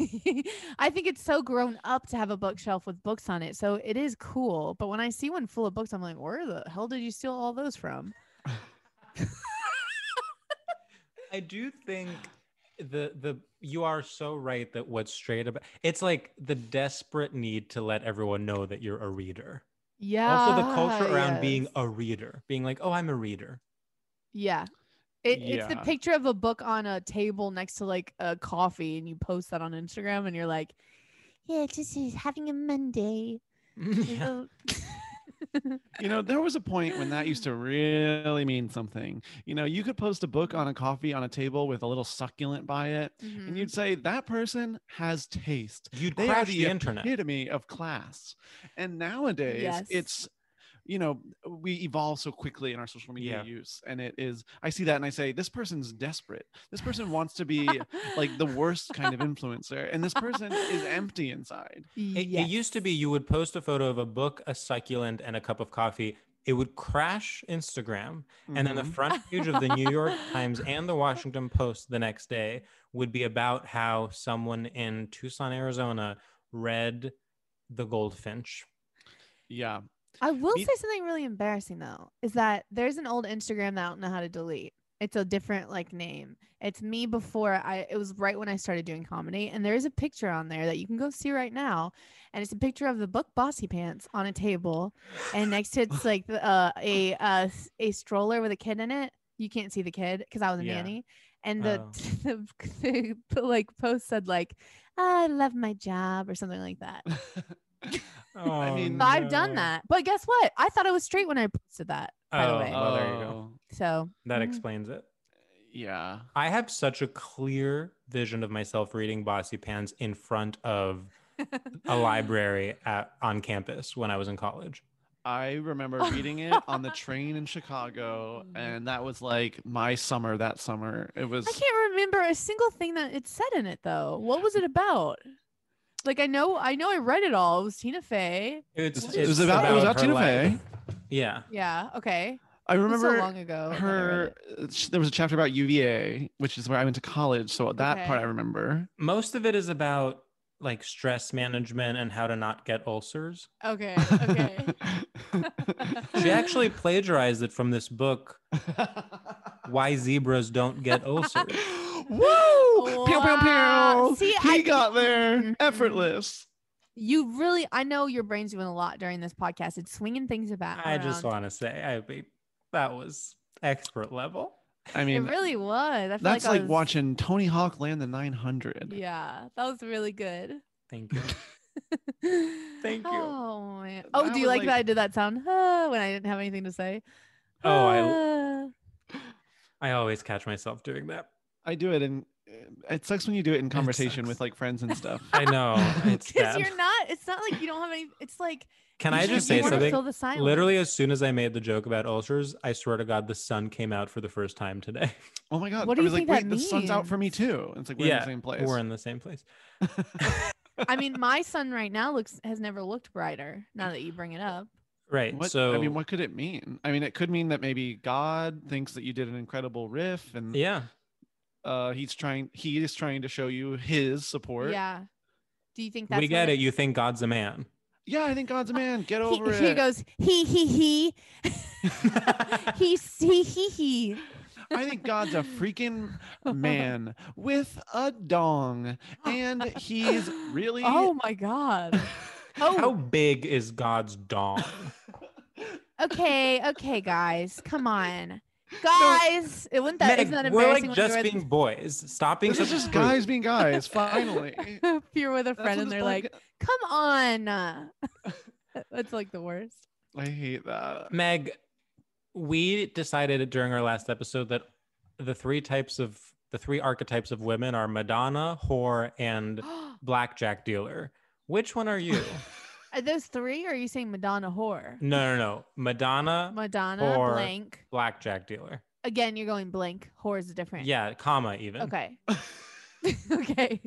S3: i think it's so grown up to have a bookshelf with books on it so it is cool but when i see one full of books i'm like where the hell did you steal all those from
S4: I do think
S3: uh,
S4: the the you are so right that what's straight about it's like the desperate need to let everyone know that you're a reader.
S3: yeah
S4: also the culture around being
S3: Ah, yes.
S4: a reader, being like, "Oh, I'm a reader."
S3: yeah it, it's the
S2: Yeah.
S3: picture of a book on a table next to like a coffee and you post that on instagram and you're like yeah just is having a monday
S4: Yeah.
S2: You know, there was a point when that used to really mean something. You know, you could post a book on a coffee on a table with a little succulent by it,
S3: Mm-hmm.
S2: and you'd say that person has taste.
S4: You'd
S2: They are
S4: crash
S2: the,
S4: the internet.
S2: epitome of class. And nowadays,
S3: Yes.
S2: it's you know we evolve so quickly in our social media
S4: Yeah.
S2: use, and it is. I see that, and I say, this person's desperate. This person wants to be like the worst kind of influencer, and this person is empty inside.
S4: It, it used to be you would post a photo of a book, a succulent, and a cup of coffee. It would crash Instagram, and then the
S2: Mhm.
S4: front page of the New York Times and the Washington Post the next day would be about how someone in Tucson, Arizona, read The Goldfinch.
S2: yeah,
S3: I will
S2: Me-
S3: say something really embarrassing though, is that there's an old Instagram that I don't know how to delete. It's a different like name. It's me before I it was right when I started doing comedy. And there is a picture on there that you can go see right now. And it's a picture of the book Bossy Pants on a table. And next to it's like the, uh, a uh, s- a stroller with a kid in it. You can't see the kid because I was a
S4: Yeah.
S3: nanny. And the,
S4: Oh.
S3: the, the, like post said like, I love my job or something like that.
S4: Oh,
S2: mean-
S3: So I've done
S4: no.
S3: that. But guess what? I thought I was straight when I posted that. by the
S4: Oh,
S3: way.
S4: well, there you go.
S2: Oh,
S3: So
S4: That
S3: mm,
S4: explains it.
S2: Yeah.
S4: I have such a clear vision of myself reading Bossy Pants in front of a library at, on campus when I was in college.
S2: I remember reading it on the train in Chicago, and that was like my summer that summer. It was
S3: I can't remember a single thing that it said in it though. What was it about? Like I know, I know, I read it all. It was Tina Fey.
S4: It's,
S2: It was about- it was about
S4: her
S2: Tina
S4: life. Yeah.
S3: Yeah. Okay.
S2: I
S3: It was
S2: remember
S3: so long ago. that Oh, I read
S2: her
S3: it.
S2: uh, sh- there was a chapter about UVA, which is where I went to college, so that part I
S3: Okay.
S2: remember.
S4: most of it is about like stress management and how to not get ulcers.
S3: Okay. Okay.
S4: She actually plagiarized it from this book, Why Zebras Don't Get Ulcers.
S2: Woo! Pew pew
S3: Wow.
S2: pew.
S3: See,
S2: he
S3: I-
S2: got there.
S3: Mhm.
S2: Effortless.
S3: You really, I know your brain's doing a lot during this podcast. It's swinging things about.
S4: I just
S3: around.
S4: want to say, I mean, that was expert level.
S2: I mean,
S3: it really was. I feel
S2: that's
S3: like, I
S2: like
S3: was-
S2: watching Tony Hawk land the 900.
S3: Yeah, that was really good.
S4: Thank you.
S3: Thank
S4: you.
S3: Oh, man. oh
S2: That
S3: do you
S2: was
S3: Oh, like, that
S2: like-
S3: Ah, I did that sound huh, when I didn't have anything to say? Ah.
S4: Oh, I I always catch myself doing that.
S2: I do it, and it sucks when you do it in conversation with like friends and stuff.
S4: I know. It's
S3: Because
S4: bad.
S3: you're not. It's not like you don't have any. It's like.
S4: Can
S3: you
S4: I
S3: should-
S4: just
S3: you
S4: say
S3: wanna Fill
S4: something?
S3: the silence.
S4: Literally, as soon as I made the joke about ulcers, I swear to God, the sun came out for the first time today.
S2: Oh my god!
S3: What
S2: I
S3: do you
S2: was
S3: think
S2: like,
S3: that
S2: wait, the sun's out for me too. And it's like we're in the same place.
S4: We're in the same place.
S3: I mean, my son right now looks has never looked brighter. Now that you bring it up.
S4: Right.
S2: What,
S4: so
S2: I mean, what could it mean? I mean, it could mean that maybe God thinks that you did an incredible riff, and
S4: yeah,
S2: uh, he's trying. He is trying to show you his support.
S3: Yeah. Do you think that's
S4: we
S3: what
S4: get it. You think God's a man.
S2: Yeah, I think God's a man. Get
S3: He,
S2: over it.
S3: he goes he he he. he he he he.
S2: I think God's a freaking man with a dong, and he's really.
S3: Oh my god.
S4: How
S3: Oh,
S4: big is God's dong?
S3: okay, okay, guys, come on, guys. it wouldn't that
S4: Meg,
S3: not that
S4: we're
S3: embarrassing?
S4: like
S3: when
S4: just
S3: you're
S4: being boys. Stop being
S2: This is
S4: such
S2: just
S4: prudes.
S2: guys being guys. Finally. That's
S3: with, if you're with a
S2: what
S3: friend and
S2: this
S3: they're like,
S2: podca-
S3: "Come on," that's like the worst.
S2: I hate that.
S4: Meg, we decided during our last episode that the three types of the three archetypes of women are Madonna, whore, and blackjack dealer. Which one are you?
S3: Are those three? Or are you saying Madonna whore?
S4: no, no, no. Madonna,
S3: Madonna
S4: Whore.
S3: blank.
S4: blackjack dealer.
S3: Again, you're going blank. Whore is different.
S4: Yeah, comma even.
S3: Okay. okay.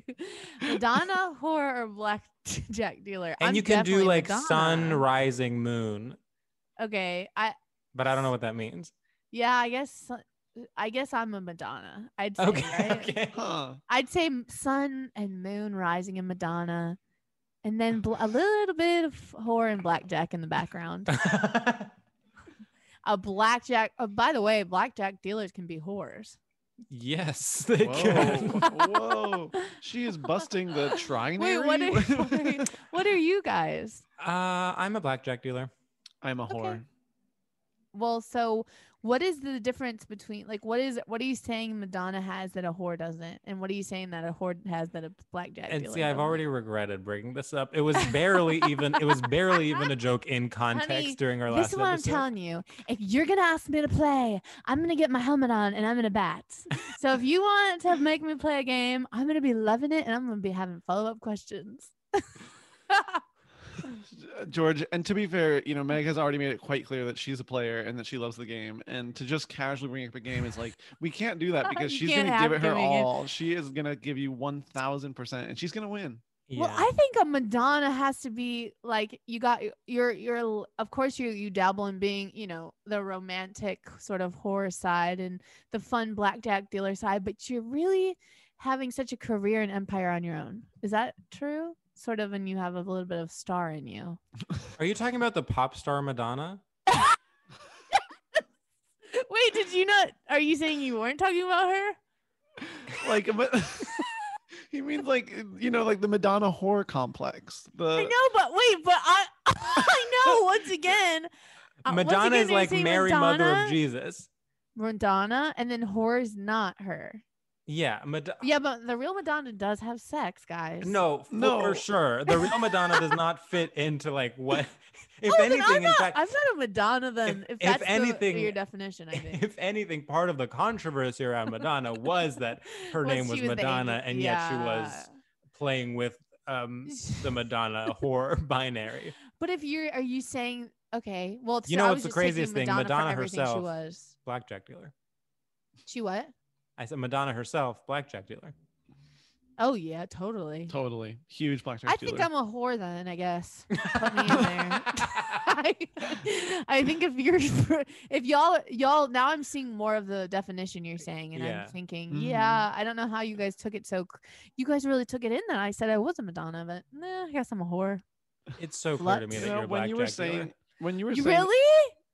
S3: Madonna whore or black jack dealer.
S4: And
S3: I'm
S4: you can do
S3: definitely
S4: like
S3: Madonna.
S4: sun, rising, moon,
S3: Okay. I
S4: but I don't know what that means.
S3: yeah. I guess. sun- I guess I'm a Madonna. I'd say.
S4: Okay.
S3: right?
S4: okay.
S2: Huh.
S3: I'd say m- sun and moon rising in Madonna, and then bl- a little bit of whore and blackjack in the background. a blackjack. Oh, by the way, blackjack dealers can be whores.
S4: yes, they
S2: Whoa.
S4: can.
S2: Whoa. She is busting the trinary.
S3: Wait, what are, wait, what are you guys?
S4: Uh, I'm a blackjack dealer.
S2: I'm a
S3: Okay.
S2: whore.
S3: Well, so what is the difference between like what is what are you saying Madonna has that a whore doesn't, and what are you saying that a whore has that a blackjack?
S4: and
S3: dealer
S4: see i've
S3: doesn't?
S4: already regretted bringing this up it was barely even it was barely even a joke in context
S3: Honey,
S4: during our
S3: This
S4: last
S3: is what I'm
S4: episode
S3: telling you. If you're gonna ask me to play, I'm gonna get my helmet on and I'm gonna bat. So if you want to make me play a game, I'm gonna be loving it and I'm gonna be having follow up questions.
S2: George, and to be fair, you know, Meg has already made it quite clear that she's a player and that she loves the game. And to just casually bring up a game is like, we can't do that because
S3: You
S2: she's
S3: can't
S2: going to give
S3: have
S2: it her
S3: doing it.
S2: all. She is going to give you 1000% and she's going to win.
S4: yeah
S3: Well, I think a Madonna has to be like you got you're you're l- of course you you dabble in being you know the romantic sort of horror side and the fun blackjack dealer side, but you're really having such a career and empire on your own. Is that true? Sort of, and you have a little bit of star in you.
S4: are you talking about the pop star madonna
S3: Wait, did you not? Are you saying you weren't talking about her?
S2: Like, but- he means like, you know, like the Madonna whore complex.
S3: I
S4: Uh,
S2: The,
S3: know, but wait, but I I know once again. uh, once
S4: madonna
S3: again,
S4: is
S3: you're
S4: like
S3: saying
S4: mary mother of
S3: Madonna-
S4: jesus
S3: Madonna, and then whore is not her.
S4: yeah Mad-
S3: Yeah, but the real Madonna does have sex, guys.
S4: no for
S2: No.
S4: sure the real madonna does not fit into like what if
S3: Oh, then
S4: anything
S3: I'm
S4: in
S3: not,
S4: fact
S3: I'm not a Madonna. Then, if,
S4: if- if
S3: that's the-
S4: anything-
S3: your definition, I think.
S4: if anything part of the controversy around madonna was that her
S3: Once
S4: name
S3: she
S4: was
S3: the
S4: madonna
S3: angel-
S4: and yet she was
S3: Yeah.
S4: playing with um the madonna horror binary
S3: But if you're, are you saying okay? Well,
S4: You
S3: so
S4: know
S3: I was
S4: what's the
S3: just taking
S4: craziest thing?
S3: Madonna, for
S4: Madonna
S3: everything
S4: herself.
S3: She was.
S4: blackjack dealer
S3: She what?
S4: I said Madonna herself, blackjack dealer.
S3: Oh yeah, totally.
S2: totally. Huge blackjack.
S3: I think
S2: dealer.
S3: I'm a whore then. I guess. Put me in there. I, I think if you're if y'all y'all now I'm seeing more of the definition you're saying and
S4: Yeah.
S3: I'm thinking
S2: Mhm.
S3: yeah I don't know how you guys took it so c- you guys really took it in that I said I was a Madonna but nah, I guess I'm a whore
S4: It's so clear to
S3: Slut.
S4: me that
S2: You know,
S4: you're a
S2: uh, when
S4: blackjack
S2: you were
S4: dealer.
S2: saying, when you were
S3: you
S2: saying,
S3: really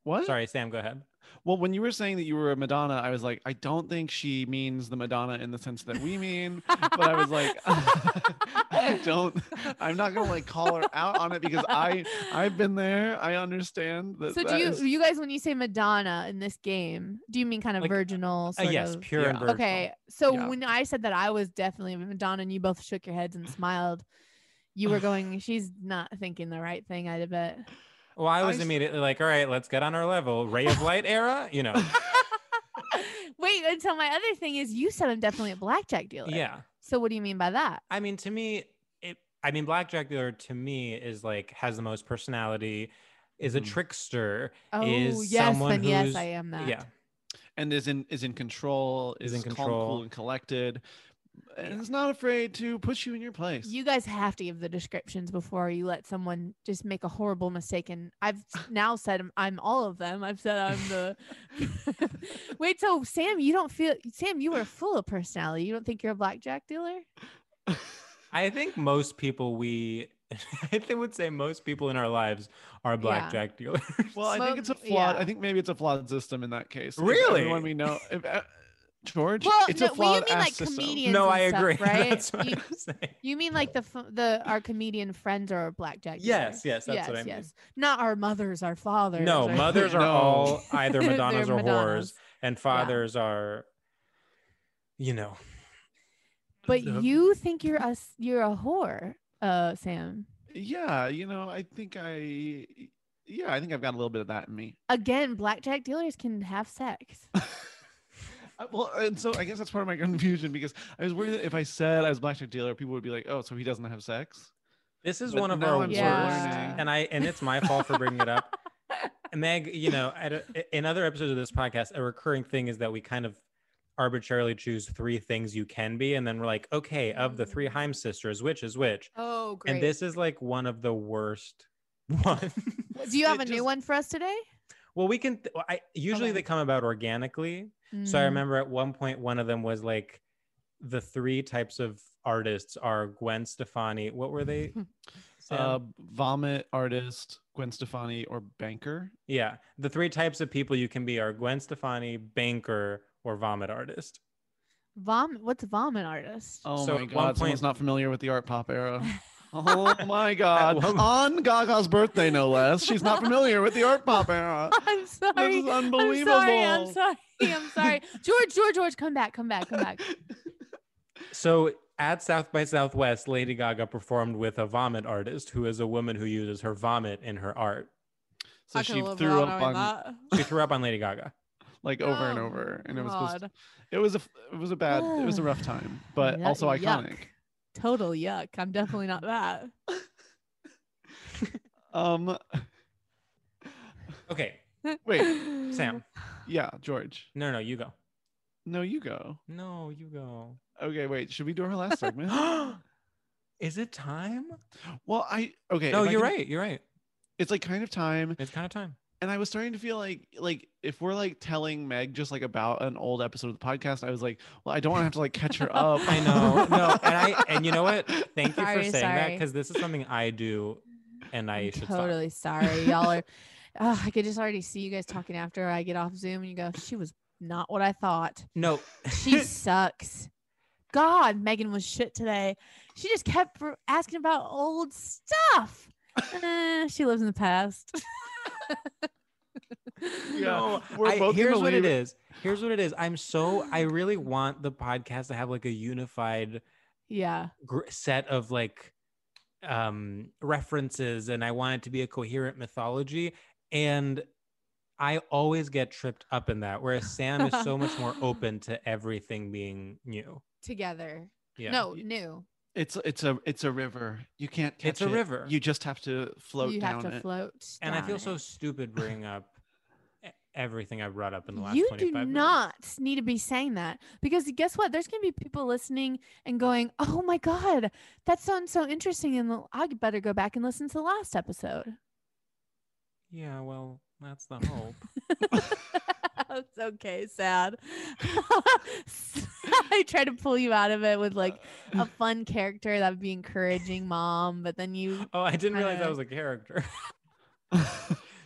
S2: what?
S4: Sorry, Sam, go ahead.
S2: Well, when you were saying that you were a Madonna, I was like, I don't think she means the Madonna in the sense that we mean. but I was like, I don't. I'm not gonna like call her out on it because I I've been there. I understand that.
S3: so do
S2: that
S3: you
S2: is-
S3: you guys when you say Madonna in this game do you mean kind of
S4: Like,
S3: virginal
S4: Uh,
S3: sort
S4: yes,
S3: of
S4: pure
S2: Yeah.
S4: and virginal.
S3: okay so
S2: Yeah.
S3: when I said that I was definitely a Madonna and you both shook your heads and smiled you were going she's not thinking the right thing I bet
S4: Well, I was
S2: I s-
S4: immediately like, all right, let's get on our level. Ray of light era, you know.
S3: Wait until my other thing is you said I'm definitely a blackjack dealer.
S4: yeah.
S3: So what do you mean by that?
S4: I mean, to me, it. I mean, blackjack dealer to me is like has the most personality, is a trickster,
S3: Oh
S4: is
S3: yes,
S4: someone
S3: then yes,
S4: who's-
S3: I am that.
S4: Yeah,
S2: and is in is in control
S4: Is
S2: is,
S4: in
S2: calm
S4: control.
S2: cool and collected and is not afraid to put you in your place
S3: You guys have to give the descriptions before you let someone just make a horrible mistake. And I've s- now said I'm, I'm all of them. I've said I'm the. Wait, so Sam, you don't feel Sam, you are full of personality. You don't think you're a blackjack dealer?
S4: I think most people we. I think would say most people in our lives are blackjack dealers.
S2: well i think it's a
S3: Smoke-
S2: flawed
S3: yeah.
S2: i think maybe it's a flawed system in that case If
S4: Really?
S2: everyone we know if, uh, george
S3: Well,
S2: it's
S3: no,
S2: a
S3: well, you
S2: flawed
S3: mean
S2: ass
S3: like
S2: system.
S3: comedians.
S4: no,
S3: and
S4: I
S3: stuff,
S4: agree.
S3: right?
S4: That's what
S3: You-
S4: I'm saying.
S3: You mean like the f- the our comedian friends are blackjack? dealers?
S4: Yes, yes, that's what I mean.
S3: Not our mothers, our fathers.
S4: No,
S3: our-
S4: mothers are
S2: No.
S4: all either
S3: They're
S4: Madonnas or
S3: Madonnas.
S4: whores, and fathers are, you know.
S3: But
S2: No.
S3: you think you're a s- you're a whore, uh, Sam.
S2: yeah you know i think i yeah i think i've got a little bit of that in me
S3: Again, blackjack dealers can have sex.
S2: Uh, well and so i guess that's part of my confusion because i was worried that if i said i was a blackjack dealer people would be like oh so he doesnst have sex
S4: This is
S2: But
S4: one of
S2: now
S4: our
S2: I'm
S4: worst,
S3: sort of learning.
S4: and I and it's my fault for bringing it up. Meg, you know, I don't- in other episodes of this podcast, a recurring thing is that we kind of arbitrarily choose three things you can be, and then we're like, okay, of the three Heim sisters, which is which?
S3: Oh,
S4: And this is like one of the worst ones.
S3: Do you have a
S2: It
S3: new
S2: just-
S3: one for us today?
S4: well, we can. Th- I usually
S3: Okay.
S4: they come about organically. So I
S3: Mm.
S4: remember at one point one of them was like the three types of artists are Gwen Stefani. What were they? Sam?
S2: uh, vomit artist gwen stefani or banker
S4: yeah, the three types of people you can be are Gwen Stefani, banker, or vomit artist.
S3: Vom- what's vomit artist?
S2: Oh my
S4: So at one
S2: god, someone's
S4: point-
S2: not familiar with the art pop era. Oh my god.
S4: one-
S2: On Gaga's birthday, no less. She's not familiar with the art pop era.
S3: I'm sorry.
S2: This is unbelievable.
S3: I'm sorry. I'm sorry. I'm sorry. George, George, George, come back, come back, come back.
S4: So at South by Southwest, Lady Gaga performed with a vomit artist who is a woman who uses her vomit in her art.
S2: So she threw up on
S4: She threw up on Lady Gaga.
S2: like over and
S3: Oh,
S2: over. And it was supposed it was a it was a bad it was a rough time, but
S3: Yuck-
S2: also iconic.
S3: yuck. Total yuck. I'm definitely not that.
S2: Um
S4: Okay,
S2: wait,
S3: Mm-hmm.
S4: Sam.
S2: yeah, George.
S4: No, no, you go.
S2: No, you go.
S4: No, you go.
S2: Okay, wait, should we do our last segment?
S4: is it time?
S2: well, I okay.
S4: No,
S2: if I
S4: you're
S2: can-
S4: right. You're right.
S2: It's like kind of time.
S4: It's kind of time.
S2: and I was starting to feel like like if we're like telling Meg just like about an old episode of the podcast, I was like, well, I don't want to have to like catch her up.
S4: I know. No, and I and you know what? Thank you
S3: Sorry,
S4: for saying that
S3: sorry.
S4: because this is something I do, and I
S3: I'm
S4: should
S3: totally sorry. Y'all are Ugh, I could just already see you guys talking after I get off Zoom and you go, She was not what I thought.
S4: stop. No,
S3: She sucks. God, Megan was shit today. She just kept r- asking about old stuff. Eh, she lives in the past.
S4: no.
S2: we're both
S4: I-
S2: gonna
S4: here's what it
S2: leave it-
S4: is. Here's what it is. I'm so I really want the podcast to have like a unified
S3: yeah.
S4: gr- set of like um references, and I want it to be a coherent mythology. And I always get tripped up in that, whereas Sam is so much more open to everything being new.
S3: Together.
S4: Yeah.
S3: No, new.
S2: It's it's a it's a river. You can't catch
S4: It's a
S2: it.
S4: river.
S2: You just have to float
S3: you
S2: down
S3: have to
S2: it.
S3: float.
S4: and I
S3: down
S4: feel
S3: it.
S4: so stupid bringing up e- everything I brought up in the last
S3: you
S4: 25
S3: do
S4: minutes.
S3: not need to be saying that because guess what there's going to be people listening and going oh my god that sounds so interesting and l- i better go back and listen to the last episode
S4: Yeah, well, that's the hope.
S3: it's okay sad i tried to pull you out of it with like a fun character that would be encouraging mom but then you
S4: oh, I didn't
S3: I
S4: realize
S3: know.
S4: I was a character.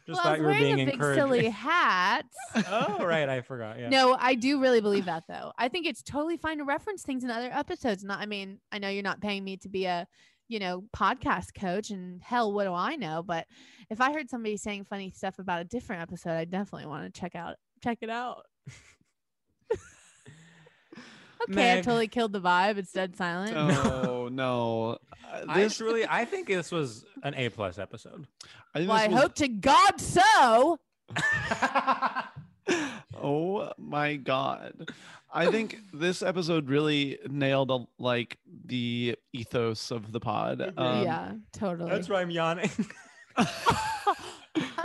S4: Just
S3: well, I was
S4: thought you were
S3: wearing
S4: being
S3: a big
S4: encouraged.
S3: silly hat
S4: oh, right, I forgot. Yeah.
S3: No, I do really believe that though. I think it's totally fine to reference things in other episodes. Not, I mean, I know you're not paying me to be a, you know, podcast coach, and hell, what do I know? But if I heard somebody saying funny stuff about a different episode, I definitely want to check out check it out. Okay, I
S4: Meg.
S3: totally killed the vibe. It's dead silent.
S2: Oh no! Uh,
S4: I
S2: This,
S4: truly, I think this was an A plus episode.
S2: I, think
S3: well, I
S2: this was-
S3: hope to God so.
S2: Oh my god! I think this episode really nailed a, like the ethos of the pod. Um,
S3: yeah, totally.
S4: That's why I'm yawning.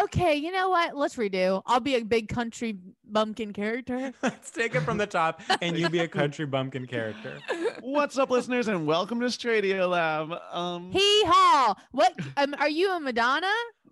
S3: Okay, you know what? Let's redo. I'll be a big country bumpkin character.
S4: Let's take it from the top, and you be a country bumpkin character.
S2: What's up, listeners, and welcome to Stradio Lab. Um,
S3: Hee haw! What? Um, are you a Madonna?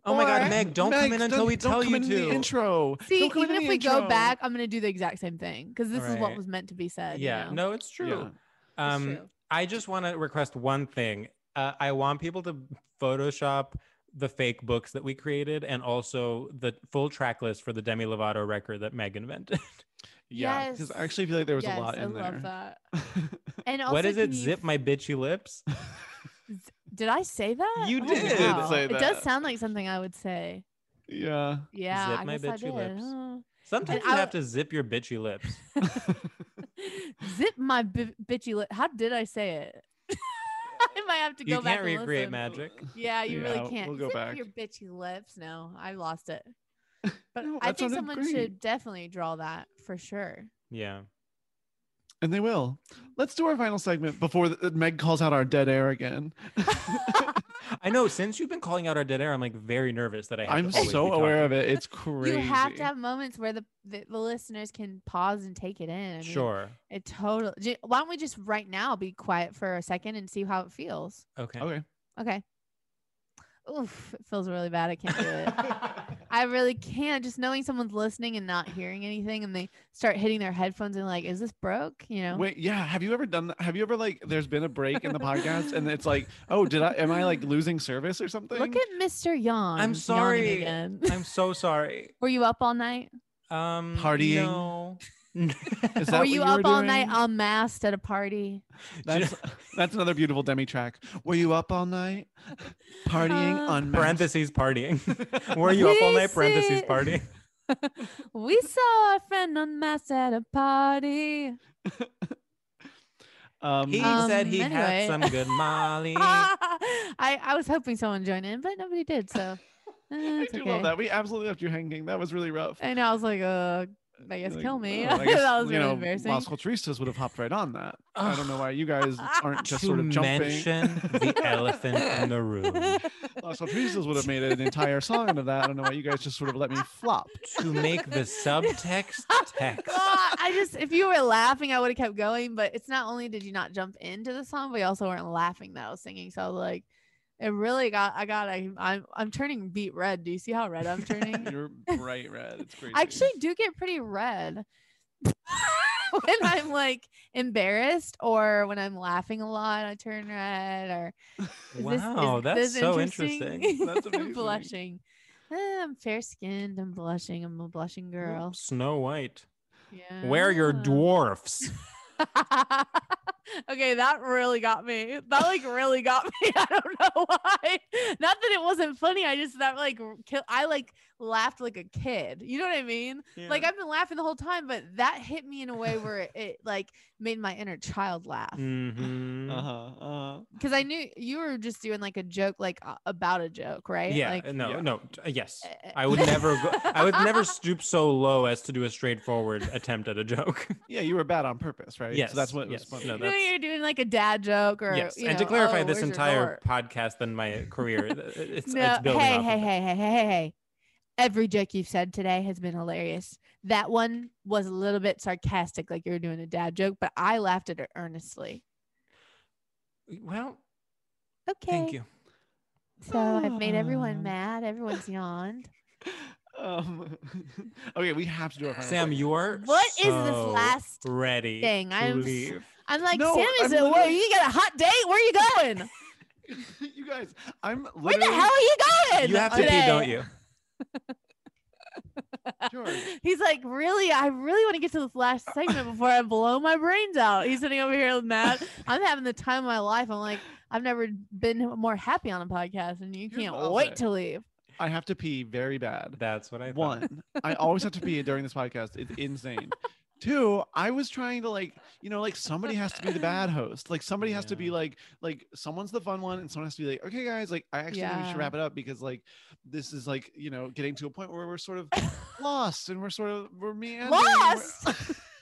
S4: Oh my
S3: Or-
S4: god, Meg! Don't come
S2: Meg,
S4: in until we
S2: don't
S4: tell
S2: come
S4: you
S2: in
S4: to.
S2: The intro.
S3: See,
S2: Don't come in
S3: even
S2: the
S3: if we go
S2: intro.
S3: back, I'm gonna do the exact same thing because this is what
S4: Alright.
S3: was meant to be said. you
S4: yeah,
S3: know?
S4: no, it's true.
S3: It's
S4: um,
S3: true.
S4: I just want to request one thing. Uh, I want people to Photoshop the fake books that we created, and also the full track list for the Demi Lovato record that Meg invented.
S2: Yeah, because
S3: Yes.
S2: I actually feel like there was
S3: yes,
S2: a lot
S3: I
S2: in there.
S3: love that. And also,
S4: what is
S3: can
S4: it?
S3: you-
S4: Zip my bitchy lips.
S3: Did I say that?
S4: You
S3: Oh,
S4: did
S3: wow.
S2: say
S3: It does
S2: that.
S3: sound like something I would say.
S2: yeah.
S3: Yeah,
S4: Zip
S3: I
S4: my
S3: guess I
S4: bitchy
S3: did.
S4: lips.
S3: huh?
S4: Sometimes
S3: And
S4: you
S3: I-
S4: have to zip your bitchy lips.
S3: Zip my b- bitchy lip. How did I say it? I might have to go
S4: You
S3: back.
S4: can't
S3: and
S4: recreate
S3: listen.
S4: magic.
S3: Yeah, you
S2: Yeah,
S3: really can't.
S2: we'll go
S3: Zip
S2: back.
S3: Your bitchy lips. No, I lost it. But
S2: No,
S3: I
S2: that
S3: think
S2: sounded
S3: someone
S2: great.
S3: should definitely draw that for sure.
S4: Yeah.
S2: And they will. Let's do our final segment before th- Meg calls out our dead air again.
S4: I know. Since you've been calling out our dead air, I'm like very nervous that I. Have
S2: I'm
S4: to always
S2: so
S4: be
S2: aware
S4: talking.
S2: of it. It's crazy.
S3: You have to have moments where the, the the listeners can pause and take it in. I mean,
S4: Sure.
S3: It totally. Why don't we just right now be quiet for a second and see how it feels?
S4: Okay.
S2: Okay.
S3: Okay. Oof, it feels really bad. I can't do it. I really can't. Just knowing someone's listening and not hearing anything, and they start hitting their headphones and like, "Is this broke?" You know.
S2: Wait, yeah. Have you ever done that? Have you ever like there's been a break in the podcast and it's like, oh, did I am I like losing service or something?
S3: Look at Mr. Yawn. yawning
S4: sorry.
S3: Again.
S4: I'm so sorry.
S3: Were you up all night?
S4: Um,
S2: Partying?
S4: No.
S2: Is that
S3: Were
S2: what
S3: you,
S2: were
S3: up all night
S2: doing?
S3: unmasked at a party?
S2: That's that's another beautiful demi track. Were you up all night? Partying
S3: Uh,
S2: on
S4: parentheses partying. Were you up all
S3: We
S4: night? Parentheses
S3: sit-
S4: partying.
S3: we saw our friend unmasked at a party.
S2: Um,
S4: He
S3: Um,
S4: said he
S3: anyway.
S4: had some good Molly.
S3: I, I was hoping someone joined in, but nobody did. So uh,
S2: I
S3: it's
S2: do
S3: okay.
S2: love that. We absolutely left you hanging. That was really rough.
S3: And I was like, uh, I guess
S2: Like,
S3: kill me.
S2: oh, I guess,
S3: that was
S2: you
S3: really
S2: know,
S3: embarrassing.
S2: Las Culturistas would have hopped right on that. I don't know why you guys aren't just
S4: to
S2: sort of jumping.
S4: mention the elephant in the room.
S2: Las Culturistas would have made an entire song out of that. I don't know why you guys just sort of let me flop.
S4: To make the subtext
S2: Oh
S4: text.
S3: God, I just, if you were laughing, I would have kept going. But it's not only did you not jump into the song, but you also weren't laughing that I was singing. So I was like, it really got, I got, I, I'm, I'm turning beet red. Do you see how red I'm turning?
S2: You're bright red. It's crazy.
S3: I actually do get pretty red when I'm like embarrassed or when I'm laughing a lot, I turn red or Is this- is
S4: Wow, that's
S3: this
S4: so interesting.
S2: That's
S3: I'm
S2: amazing.
S3: blushing. Eh, I'm fair skinned. I'm blushing. I'm a blushing girl.
S4: Snow White.
S3: Yeah.
S4: Where are your dwarfs?
S3: okay, that really got me. That like really got me. I don't know why. Not that it wasn't funny. I just that like r- kill. I like laughed like a kid. You know what I mean? Like I've been laughing the whole time, but that hit me in a way where it, it like made my inner child laugh
S4: Mhm.
S2: Uh huh. Uh-huh.
S3: because I knew you were just doing like a joke, like uh, about a joke, right?
S4: Yeah,
S3: Like,
S4: no,
S2: Yeah.
S4: no, t- uh, yes.
S3: eh,
S4: I would never go, I would never stoop so low as to do a straightforward attempt at a joke.
S2: Yeah, you were bad on purpose, right?
S4: Yes,
S2: So that's what
S4: yes.
S2: was funny.
S4: No,
S3: You know,
S4: that's-
S3: you're doing like a dad joke or
S4: yes.
S3: you
S4: and to
S3: know,
S4: clarify
S3: "Oh,
S4: this
S3: where's your
S4: entire
S3: door?"
S4: podcast and my career, th- it's,
S3: no,
S4: it's building
S3: hey,
S4: off
S3: hey,
S4: of it.
S3: hey, hey, hey, hey, hey. Every joke you've said today has been hilarious. That one was a little bit sarcastic, like you were doing a dad joke, but I laughed at it earnestly.
S4: Well,
S3: Okay.
S4: thank you.
S3: So I've made
S2: Ah.
S3: everyone mad. Everyone's yawned.
S2: Um, okay, we have to do our final
S4: Sam,
S2: segment.
S4: you are
S3: What is this
S4: so
S3: last
S4: ready
S3: thing?
S4: to
S3: I'm s-
S4: leave.
S3: I'm like,
S2: No,
S3: Sam, is
S2: I'm
S3: it? Where
S2: literally-
S3: you got a hot date? Where are you going?
S2: you guys, I'm literally.
S3: Where the hell are you going?
S4: You have to
S3: today?
S4: pee, don't you?
S2: George.
S3: He's like, really? I really want to get to this last segment before I blow my brains out. He's sitting over here mad. I'm having the time of my life. I'm like, I've never been more happy on a podcast, and you
S2: Here's
S3: can't
S2: what I'll
S3: wait
S2: say.
S3: to leave.
S2: I have to pee very bad.
S4: That's what I thought.
S2: One, I always have to pee during this podcast. It's insane. Two, I was trying to like, you know, like somebody has to be the bad host. Like somebody has to be like, like someone's the fun one, and someone has to be like, okay, guys, like I actually think we
S3: Yeah.
S2: should wrap it up because like this is like, you know, getting to a point where we're sort of lost and we're sort of we're meandering. we're-
S3: Lost.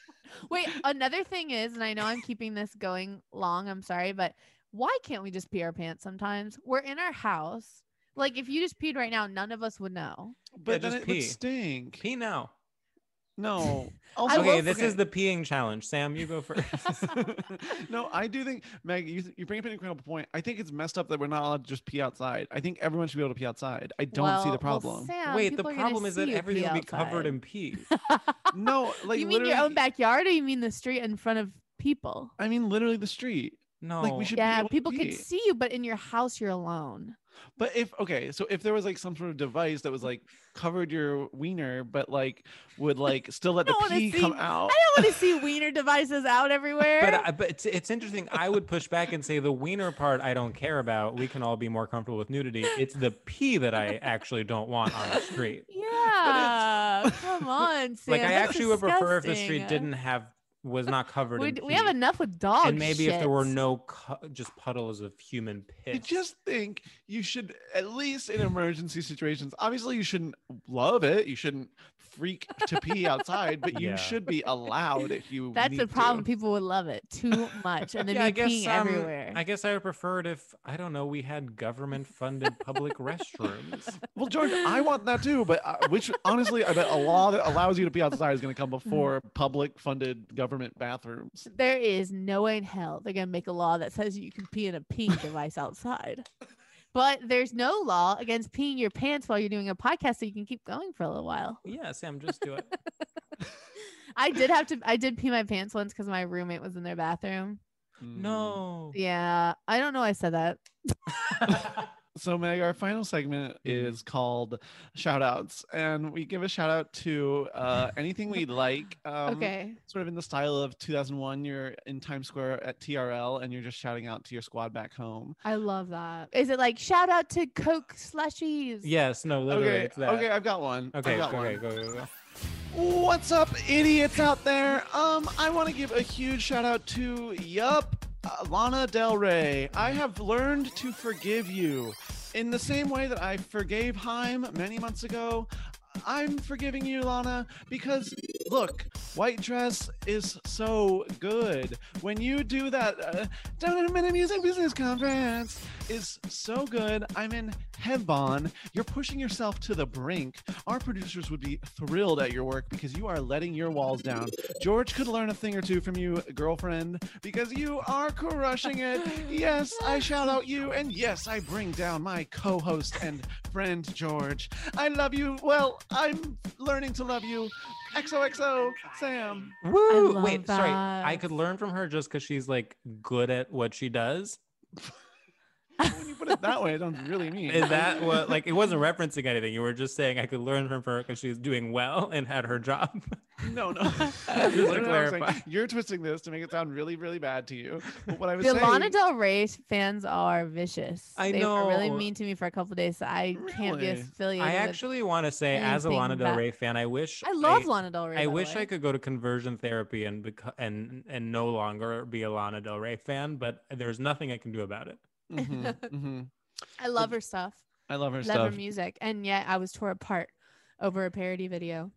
S3: Wait, another thing is, and I know I'm keeping this going long, I'm sorry, but why can't we just pee our pants sometimes? We're in our house. Like if you just peed right now, none of us would know.
S2: But
S4: Yeah,
S2: then
S4: just
S2: it
S4: pee.
S2: would stink.
S4: Pee now.
S2: No.
S3: I
S4: okay,
S3: will-
S4: this is the peeing challenge. Sam, you go first.
S2: no, I do think Meg, you, you bring up an incredible point. I think it's messed up that we're not allowed to just pee outside. I think everyone should be able to pee outside. I don't see
S3: Well-
S2: the
S3: well,
S2: problem.
S3: Sam,
S4: Wait, the
S3: people are gonna
S4: problem is that
S3: see you
S4: everything
S3: pee
S4: will be covered
S3: outside.
S4: in pee.
S2: no, like
S3: you mean your
S2: literally-
S3: own backyard or you mean the street in front of people?
S2: I mean literally the street.
S4: No.
S2: Like we should be
S3: Yeah,
S2: able to
S3: people can
S2: pee.
S3: see you, but in your house you're alone.
S2: But if okay, so if there was like some sort of device that was like covered your wiener, but like would like still let
S3: I don't
S2: the
S3: want
S2: pee
S3: to see.
S2: come out.
S3: I don't want to see wiener devices out everywhere.
S4: But, I- but it's, it's interesting. I would push back and say the wiener part I don't care about. We can all be more comfortable with nudity. It's the pee that I actually don't want on the street.
S3: yeah, come on, Sam.
S4: like I
S3: that's
S4: actually would prefer if the street
S3: disgusting.
S4: didn't have was not covered
S3: We,
S4: in
S3: we have
S4: pee.
S3: enough with dogs.
S4: and maybe if there were no cu- just puddles of human piss.
S2: I just think you should, at least in emergency situations, obviously you shouldn't love it. You shouldn't freak to pee outside, but you
S4: Yeah.
S2: should be allowed if you.
S3: That's
S2: need
S3: the
S2: To.
S3: problem. People would love it too much, and then
S4: yeah, I
S3: would be
S4: guess
S3: peeing
S4: um,
S3: everywhere.
S4: I guess I would prefer it if I don't know we had government funded public restrooms.
S2: Well, George, I want that too, but uh, which honestly, I bet a law that allows you to pee outside is going to come
S3: Mm.
S2: before public-funded government bathrooms.
S3: there is no way in hell they're gonna make a law that says you can pee in a peeing device outside. But there's no law against peeing your pants while you're doing a podcast, so you can keep going for a little while.
S4: Yeah, Sam, just do it.
S3: I did have to. I did pee my pants once because my roommate was in their bathroom.
S2: Hmm.
S4: No.
S3: Yeah, I don't know. why I said that.
S2: So, Meg, our final segment
S4: Mm-hmm.
S2: is called shout outs, and we give a shout out to uh, anything we like. Um,
S3: okay.
S2: Sort of in the style of 2001, you're in Times Square at TRL and you're just shouting out to your squad back home.
S3: I love that. Is it like shout out to Coke slushies?
S4: Yes, no, literally
S2: Okay,
S4: it's that.
S2: okay, I've got one. I've
S4: Okay,
S2: got
S4: okay,
S2: one.
S4: go, go, go.
S2: What's up, idiots out there? Um, I want to give a huge shout out to Yup, uh, Lana Del Rey. I have learned to forgive you, in the same way that I forgave Haim many months ago. I'm forgiving you, Lana, because look, white dress is so good. When you do that, uh, down in a music business conference is so good. I'm in Hebon. You're pushing yourself to the brink. Our producers would be thrilled at your work because you are letting your walls down. George could learn a thing or two from you, girlfriend, because you are crushing it. Yes, I shout out you, and yes, I bring down my co host and friend, George. I love you. Well, I'm learning to love you. XOXO, Sam.
S4: Woo!
S3: love
S4: Wait, sorry. I
S3: that.
S4: could learn from her just because she's like good at what she does.
S2: When you put it that way, it sounds really mean.
S4: Is that what? Like, it wasn't referencing anything. You were just saying I could learn from her because she's doing well and had her job.
S2: No, no. That's
S4: to
S2: literally what I was saying.
S4: clarify.
S2: You're twisting this to make it sound really, really bad to you. But what I was
S3: The
S2: saying,
S3: Lana Del Rey fans are vicious.
S4: I
S3: they were really
S4: know.
S3: mean to me for a couple days. So I can't be
S2: Really?
S3: affiliated.
S4: I
S3: with-
S4: actually want to say, as a
S3: anything
S4: Lana Del
S3: that-
S4: Rey fan, I wish
S3: I love Lana Del Rey.
S4: I
S3: by the
S4: wish I
S3: way.
S4: could go to conversion therapy and beco- and and no longer be a Lana Del Rey fan, but there's nothing I can do about it.
S2: Mhm, mhm.
S3: I
S4: Oh.
S3: love her stuff.
S2: I love her
S3: Love
S2: stuff.
S3: her music, and yet I was torn apart over a parody video.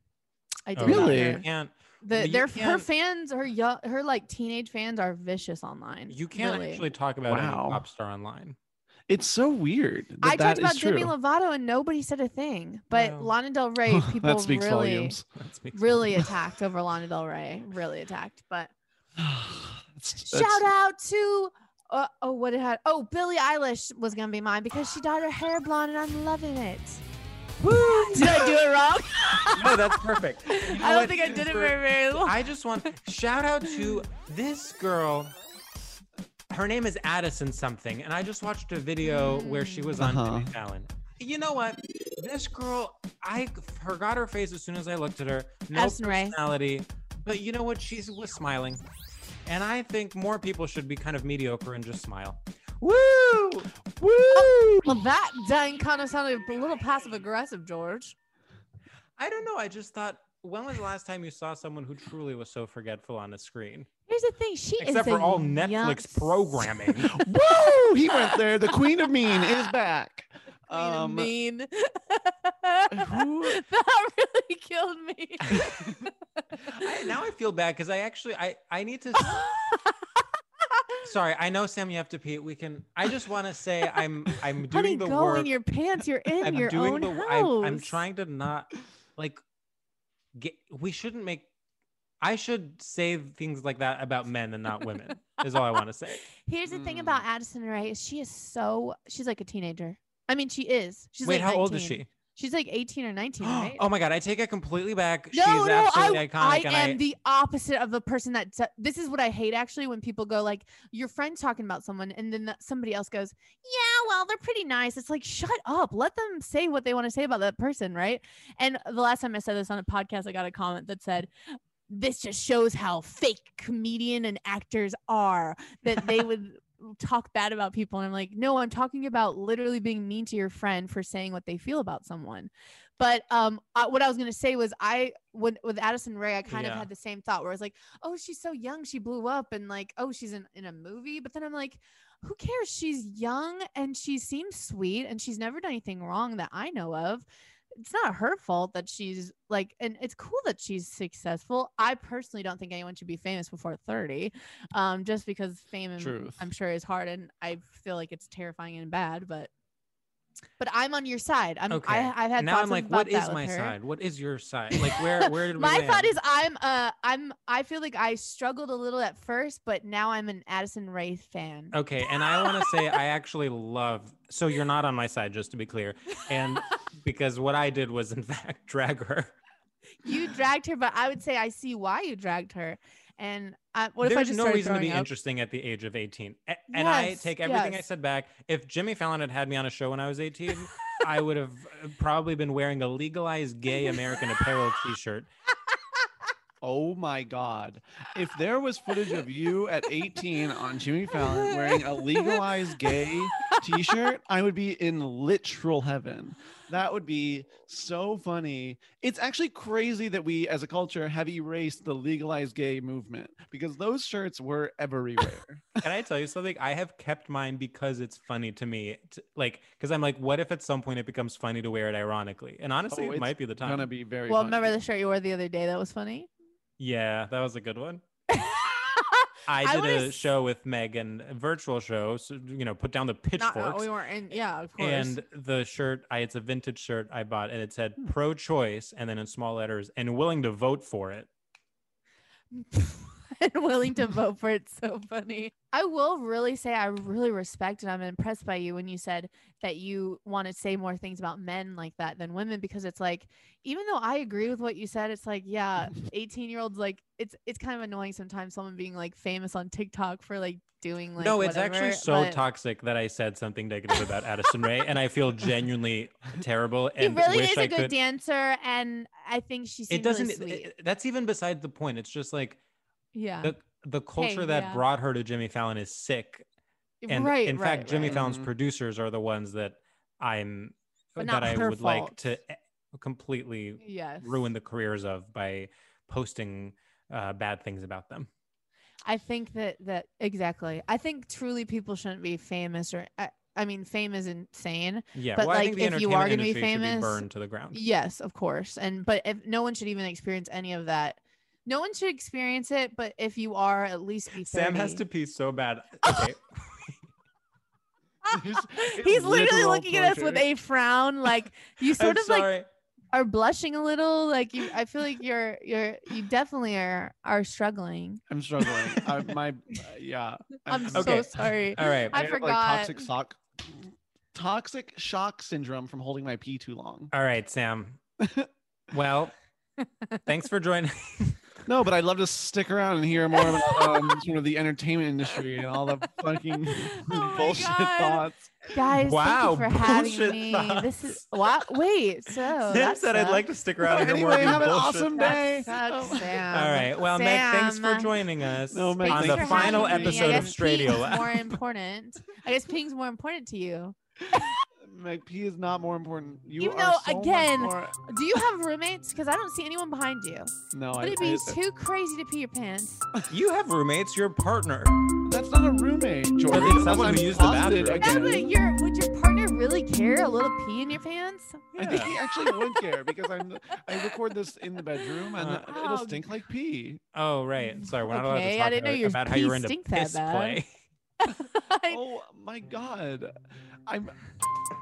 S3: I did
S4: Oh,
S3: not
S2: Really?
S3: care.
S4: can't
S3: The,
S4: You
S3: their her
S4: can't-
S3: fans, her young, her like teenage fans are vicious online.
S4: you can't
S3: really.
S4: actually talk about any
S2: Wow.
S4: pop star online.
S2: It's so weird. That
S3: I
S2: that
S3: talked
S2: is
S3: about
S2: true.
S3: Demi Lovato and nobody said a thing. But
S4: Wow.
S3: Lana Del Rey, people
S2: that speaks
S3: really,
S2: volumes.
S4: That speaks-
S3: really attacked over Lana Del Rey. Really attacked. But
S2: That's-
S3: shout
S2: that's-
S3: out to uh, oh, what it had. Oh, Billie Eilish was gonna be mine because she dyed her hair blonde, and I'm loving it. Woo! Did I do it wrong?
S4: no, that's perfect. You know
S3: I don't
S4: what?
S3: think I did it
S4: For-
S3: very very long.
S4: I just want shout out to this girl. Her name is Addison something, and I just watched a video where she was on Jimmy
S2: Uh-huh.
S4: Fallon. You know what? This girl, I forgot her face as soon as I looked at her. No
S3: Addison Rae.
S4: personality, but you know what? She was smiling, and I think more people should be kind of mediocre and just smile. Woo! Woo!
S3: Well, that dang kind of sounded a little passive aggressive, George.
S4: I don't know. I just thought When was the last time you saw someone who truly was so forgetful on a screen?
S3: Here's the thing. She is
S4: Except for
S3: a
S4: all
S3: young
S4: Netflix programming.
S2: Whoa, he went there. The queen of mean is back.
S3: Queen of
S2: Um,
S3: mean. that really killed me.
S4: I- now I feel bad because I actually I I need to. Sorry, I know Sam, you have to pee. We can. I just want to say I'm I'm doing
S3: Honey,
S4: the
S3: go
S4: work.
S3: in your pants. You're in
S4: I'm
S3: your
S4: doing
S3: own
S4: the.
S3: house.
S4: I'm, I'm trying to not like. Get, we shouldn't make. I should say things like that about men and not women. is all I want to say.
S3: Here's the thing about Addison Ray is she is so she's like a teenager. I mean, she is. She's
S4: Wait,
S3: like
S4: how old is
S3: 19.
S4: she?
S3: She's like 18 or 19, right?
S4: Oh my god, I take it completely back.
S3: No,
S4: She's
S3: no,
S4: absolutely
S3: I,
S4: iconic.
S3: I
S4: and
S3: am
S4: I,
S3: the opposite of the person that. t- this is what I hate actually when people go like, your friend's talking about someone, and then that somebody else goes, yeah, well, they're pretty nice. It's like, shut up, let them say what they want to say about that person, right? And the last time I said this on a podcast, I got a comment that said. This just shows how fake comedian and actors are that they would talk bad about people. And I'm like, no, I'm talking about literally being mean to your friend for saying what they feel about someone. But um, I, what I was gonna say was I when, with Addison Ray, I kind of
S5: Yeah.
S3: had the same thought where I was like, oh, she's so young, she blew up, and like, oh, she's in, in a movie. But then I'm like, who cares? She's young and she seems sweet and she's never done anything wrong that I know of. It's not her fault that she's like, and it's cool that she's successful. I personally don't think anyone should be famous before 30, um, just because fame, and-
S2: Truth.
S3: I'm sure, is hard. And I feel like it's terrifying and bad, but. But I'm on your side. I'm.
S4: okay.
S3: I, I've had
S4: now
S3: thoughts
S4: I'm like,
S3: about
S4: what is
S3: that with
S4: my
S3: her.
S4: side? What is your side? Like where where did we
S3: my
S4: land?
S3: thought is i'm uh i'm i feel like i struggled a little at first but now i'm an addison ray fan
S4: Okay, and I want to say I actually love. So you're not on my side, just to be clear, and because what I did was in fact drag her.
S3: you dragged her but i would say i see why you dragged her and I, what if
S4: There's
S3: i just
S4: no
S3: started
S4: reason to
S3: throwing
S4: be
S3: up?
S4: interesting at the age of 18, A- and I
S3: Yes,
S4: take everything I
S3: yes.
S4: said back. If Jimmy Fallon had had me on a show when I was 18, I would have uh, probably been wearing a legalized gay American Apparel T-shirt.
S2: Oh my God. If there was footage of you at 18 on Jimmy Fallon wearing a legalized gay t shirt, I would be in literal heaven. That would be so funny. It's actually crazy that we as a culture have erased the legalized gay movement because those shirts were everywhere.
S4: Can I tell you something? I have kept mine because it's funny to me. t- like, because I'm like, what if at some point it becomes funny to wear it ironically? And honestly,
S2: Oh,
S4: it
S2: it's
S4: might be the time.
S2: gonna be very
S3: well remember the shirt you wore the other day that was funny
S4: Yeah, that was a good one. I
S3: I
S4: did
S3: wanna
S4: a show with Megan, a virtual show. So, you know, put down the
S3: not uh,
S4: pitchforks.
S3: we weren't in yeah of course
S4: and the shirt, I it's a vintage shirt I bought, and it said
S3: Hmm.
S4: pro choice and then in small letters, and willing to vote for it.
S3: and willing to vote for it. So funny. I will really say I really respect and I'm impressed by you when you said that you want to say more things about men like that than women because it's like even though I agree with what you said, it's like yeah, 18 year olds like it's it's kind of annoying sometimes someone being like famous on TikTok for like doing like
S4: no, it's actually
S3: whatever,
S4: so
S3: but-
S4: toxic that I said something negative about Addison Ray, and I feel genuinely terrible.
S3: He
S4: And
S3: really
S4: wish
S3: is
S4: I
S3: a good
S4: could.
S3: dancer, and I think she seems
S4: it doesn't.
S3: really sweet.
S4: it- that's even beside the point. It's just like
S3: yeah,
S4: the the culture
S3: Hey,
S4: that
S3: yeah.
S4: brought her to Jimmy Fallon is sick. And
S3: Right,
S4: in
S3: right,
S4: fact, Jimmy
S3: right.
S4: Fallon's
S3: Mhm.
S4: producers are the ones that I'm
S3: But
S4: that
S3: not
S4: I
S3: her
S4: would like to eh, completely
S3: Yes.
S4: ruin the careers of by posting uh, bad things about them.
S3: I think that that exactly. I think truly people shouldn't be famous or I, I mean fame is insane.
S4: Yeah,
S3: but
S4: well, I
S3: like
S4: think the
S3: if you are going
S4: entertainment
S3: to be
S4: industry should be
S3: famous,
S4: burned to the ground.
S3: Yes, of course. And but if no one should even experience any of that. No one should experience it, but if you are, at least be Oh,
S4: Sam has
S3: 30.
S4: to pee so bad. Okay.
S3: He's literally looking at us with a frown, like you sort
S4: I'm
S3: of like
S4: sorry.
S3: are blushing a little. Like you, I feel like you're you're you definitely are are struggling.
S2: I'm struggling. I, my, yeah.
S3: I'm so Okay. sorry.
S4: All right.
S3: I
S2: have,
S3: forgot.
S2: toxic shock, toxic shock syndrome from holding my pee too long.
S4: All right, Sam. Well, thanks for joining.
S2: No, but I'd love to stick around and hear more about um, you know, the entertainment industry and all the fucking bullshit
S3: Oh God.
S2: thoughts.
S3: Guys,
S2: Wow,
S3: thank you for having
S2: bullshit
S3: me. This is wow. Wait, so
S4: Sam
S3: that
S4: said I'd like to
S3: sucks.
S4: stick around and hear more
S2: Anyway, have
S4: of your
S2: an
S4: bullshit.
S2: awesome
S3: That
S2: day. Oh.
S3: sucks, Sam.
S4: All right. Well, Meg, thanks for
S3: Sam.
S4: joining us
S2: No, Meg,
S4: on
S2: thanks
S4: the
S2: for
S4: final
S2: having me.
S4: episode
S2: I
S4: of
S2: guess
S4: Stradio
S3: Ping's
S4: Lab.
S3: more important. I guess ping's more important to you.
S2: Meg P is not more important. You
S3: Even
S2: are
S3: though,
S2: so much
S3: again,
S2: more-
S3: Do you have roommates? Because I don't see anyone behind you.
S2: no,
S3: Would
S2: I,
S3: it be
S2: I-
S3: too crazy to pee your pants?
S4: You have roommates. Your partner.
S2: That's not a roommate, Jordan.
S4: then someone
S2: Someone's
S4: who used the
S2: closeted
S4: bathroom.
S3: That
S2: again.
S3: would, your, would your partner really care a little pee in your pants?
S2: I think he actually would care because I'm I record this in the bedroom and
S4: Uh,
S2: it'll
S3: Oh.
S2: stink like pee.
S4: Oh right. Sorry, we're not allowed to
S3: Okay, I
S4: talk
S3: didn't know
S4: about,
S3: your
S4: about how
S3: pee
S4: you were into
S3: stink that
S4: piss
S3: bad.
S4: play.
S2: Oh my god. I'm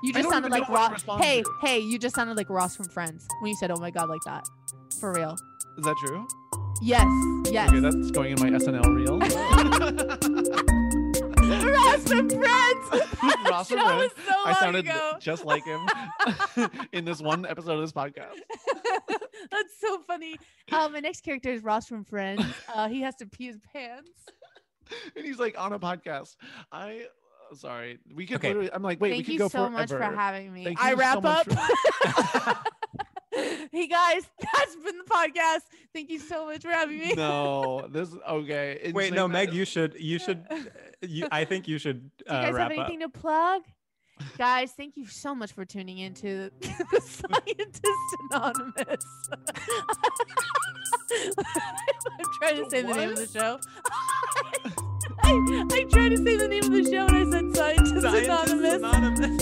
S3: You
S2: I
S3: just
S2: don't
S3: sounded
S2: even
S3: like
S2: know what to
S3: Ross.
S2: respond
S3: Hey,
S2: to.
S3: hey, you just sounded like Ross from Friends when you said, "Oh my God," like that. For real.
S2: is that true?
S3: Yes. Yes.
S2: Okay, that's going in my SNL reel.
S3: Ross from Friends.
S2: Ross
S3: that
S2: and
S3: was
S2: Red.
S3: so long
S2: I sounded
S3: ago.
S2: just like him in this one episode of this podcast.
S3: That's so funny. Uh, my next character is Ross from Friends. Uh, he has to pee his pants.
S2: And he's like on a podcast. I uh, sorry. We could
S4: Okay.
S2: literally I'm like, wait, we
S3: Thank
S2: could
S3: you
S2: go
S3: so much for
S2: forever.
S3: having me.
S2: Thank
S3: I
S2: you so
S3: wrap
S2: much
S3: up. hey guys, that's been the podcast. Thank you so much for having me.
S2: no, this okay. in
S4: Wait,
S2: saying
S4: no,
S2: that-
S4: Meg. You should. You should.
S3: Do
S4: You, I think you should
S3: you
S4: uh,
S3: guys have
S4: wrap up.
S3: anything to plug? Guys, thank you so much for tuning in to the Scientist Anonymous. I'm trying to say the name of the show. I, I tried to say the name of the show and I said Scientist, Anonymous.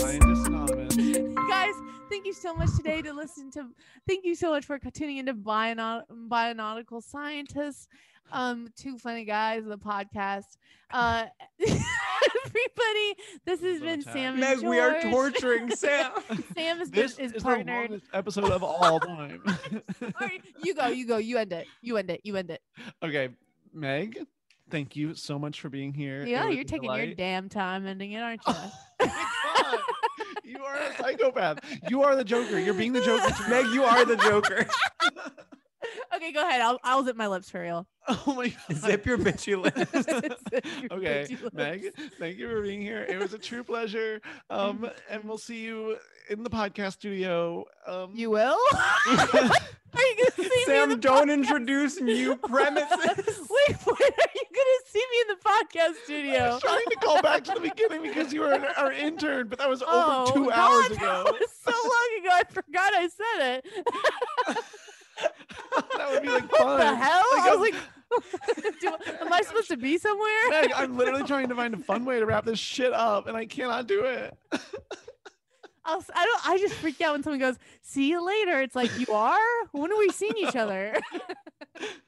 S2: Scientist Anonymous.
S3: guys thank you so much today to listen to thank you so much for tuning into Bionaut- bionautical scientists um two funny guys the podcast uh everybody this has
S2: So
S3: been
S2: tired.
S3: sam and
S4: Meg, we are
S3: George.
S4: torturing Sam.
S3: sam is,
S2: This
S3: is,
S2: is the
S3: partnered
S2: longest episode of all time.
S3: all right you go you go you end it you end it you end it
S2: okay, Meg, thank you so much for being here. It
S3: yeah
S2: was
S3: you're
S2: a
S3: taking your
S2: delight.
S3: damn time ending it aren't you
S2: God, you are a psychopath. You are the Joker. You're being the Joker. to
S4: Meg, you are the Joker.
S3: okay go ahead i'll, I'll zip my lips for real
S2: Oh my God.
S4: Zip your bitchy lips.
S2: okay,
S3: Your bitchy
S2: Meg,
S3: lips.
S2: thank you for being here. It was a true pleasure. Um, and we'll see you in the podcast studio. Um,
S3: you will are you gonna see me in the
S4: Sam, don't
S3: podcast?
S4: introduce new premises.
S3: Wait, when are you gonna see me in the podcast
S2: I
S3: studio?
S2: was trying to call back to the beginning because you were an- our intern, but that was over
S3: Oh,
S2: two
S3: God,
S2: hours
S3: that
S2: ago.
S3: was so long ago, I forgot I said it.
S2: that would be like
S3: What
S2: fun.
S3: the hell? I
S2: I'm-
S3: was like, do, am I supposed to be somewhere?
S2: Meg, I'm literally trying to find a fun way to wrap this shit up, and I cannot do it.
S3: I'll, s- I don't. I just freak out when someone goes, "See you later." It's like you are. When are we seeing each other?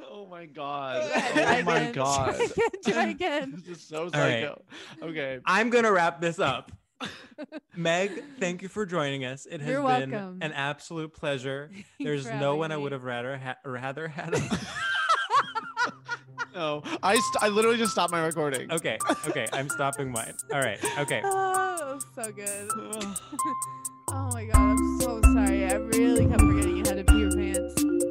S2: Oh my god.
S3: Try
S2: Oh my
S3: again,
S2: god.
S3: Try again. Try again.
S2: This is so
S4: right.
S2: psycho. Okay.
S4: I'm gonna wrap this up. Meg, thank you for joining us. It has
S3: You're
S4: been
S3: welcome.
S4: an absolute pleasure.
S3: Thanks
S4: There's
S3: for
S4: no
S3: having
S4: one I
S3: me.
S4: would have rather ha- rather had. on-
S2: No, I st- I literally just stopped my recording.
S4: okay, okay, I'm stopping mine. All right, okay.
S3: Oh, that was so good.
S2: Ugh.
S3: Oh my god, I'm so sorry. I really kept forgetting you had to pee your pants.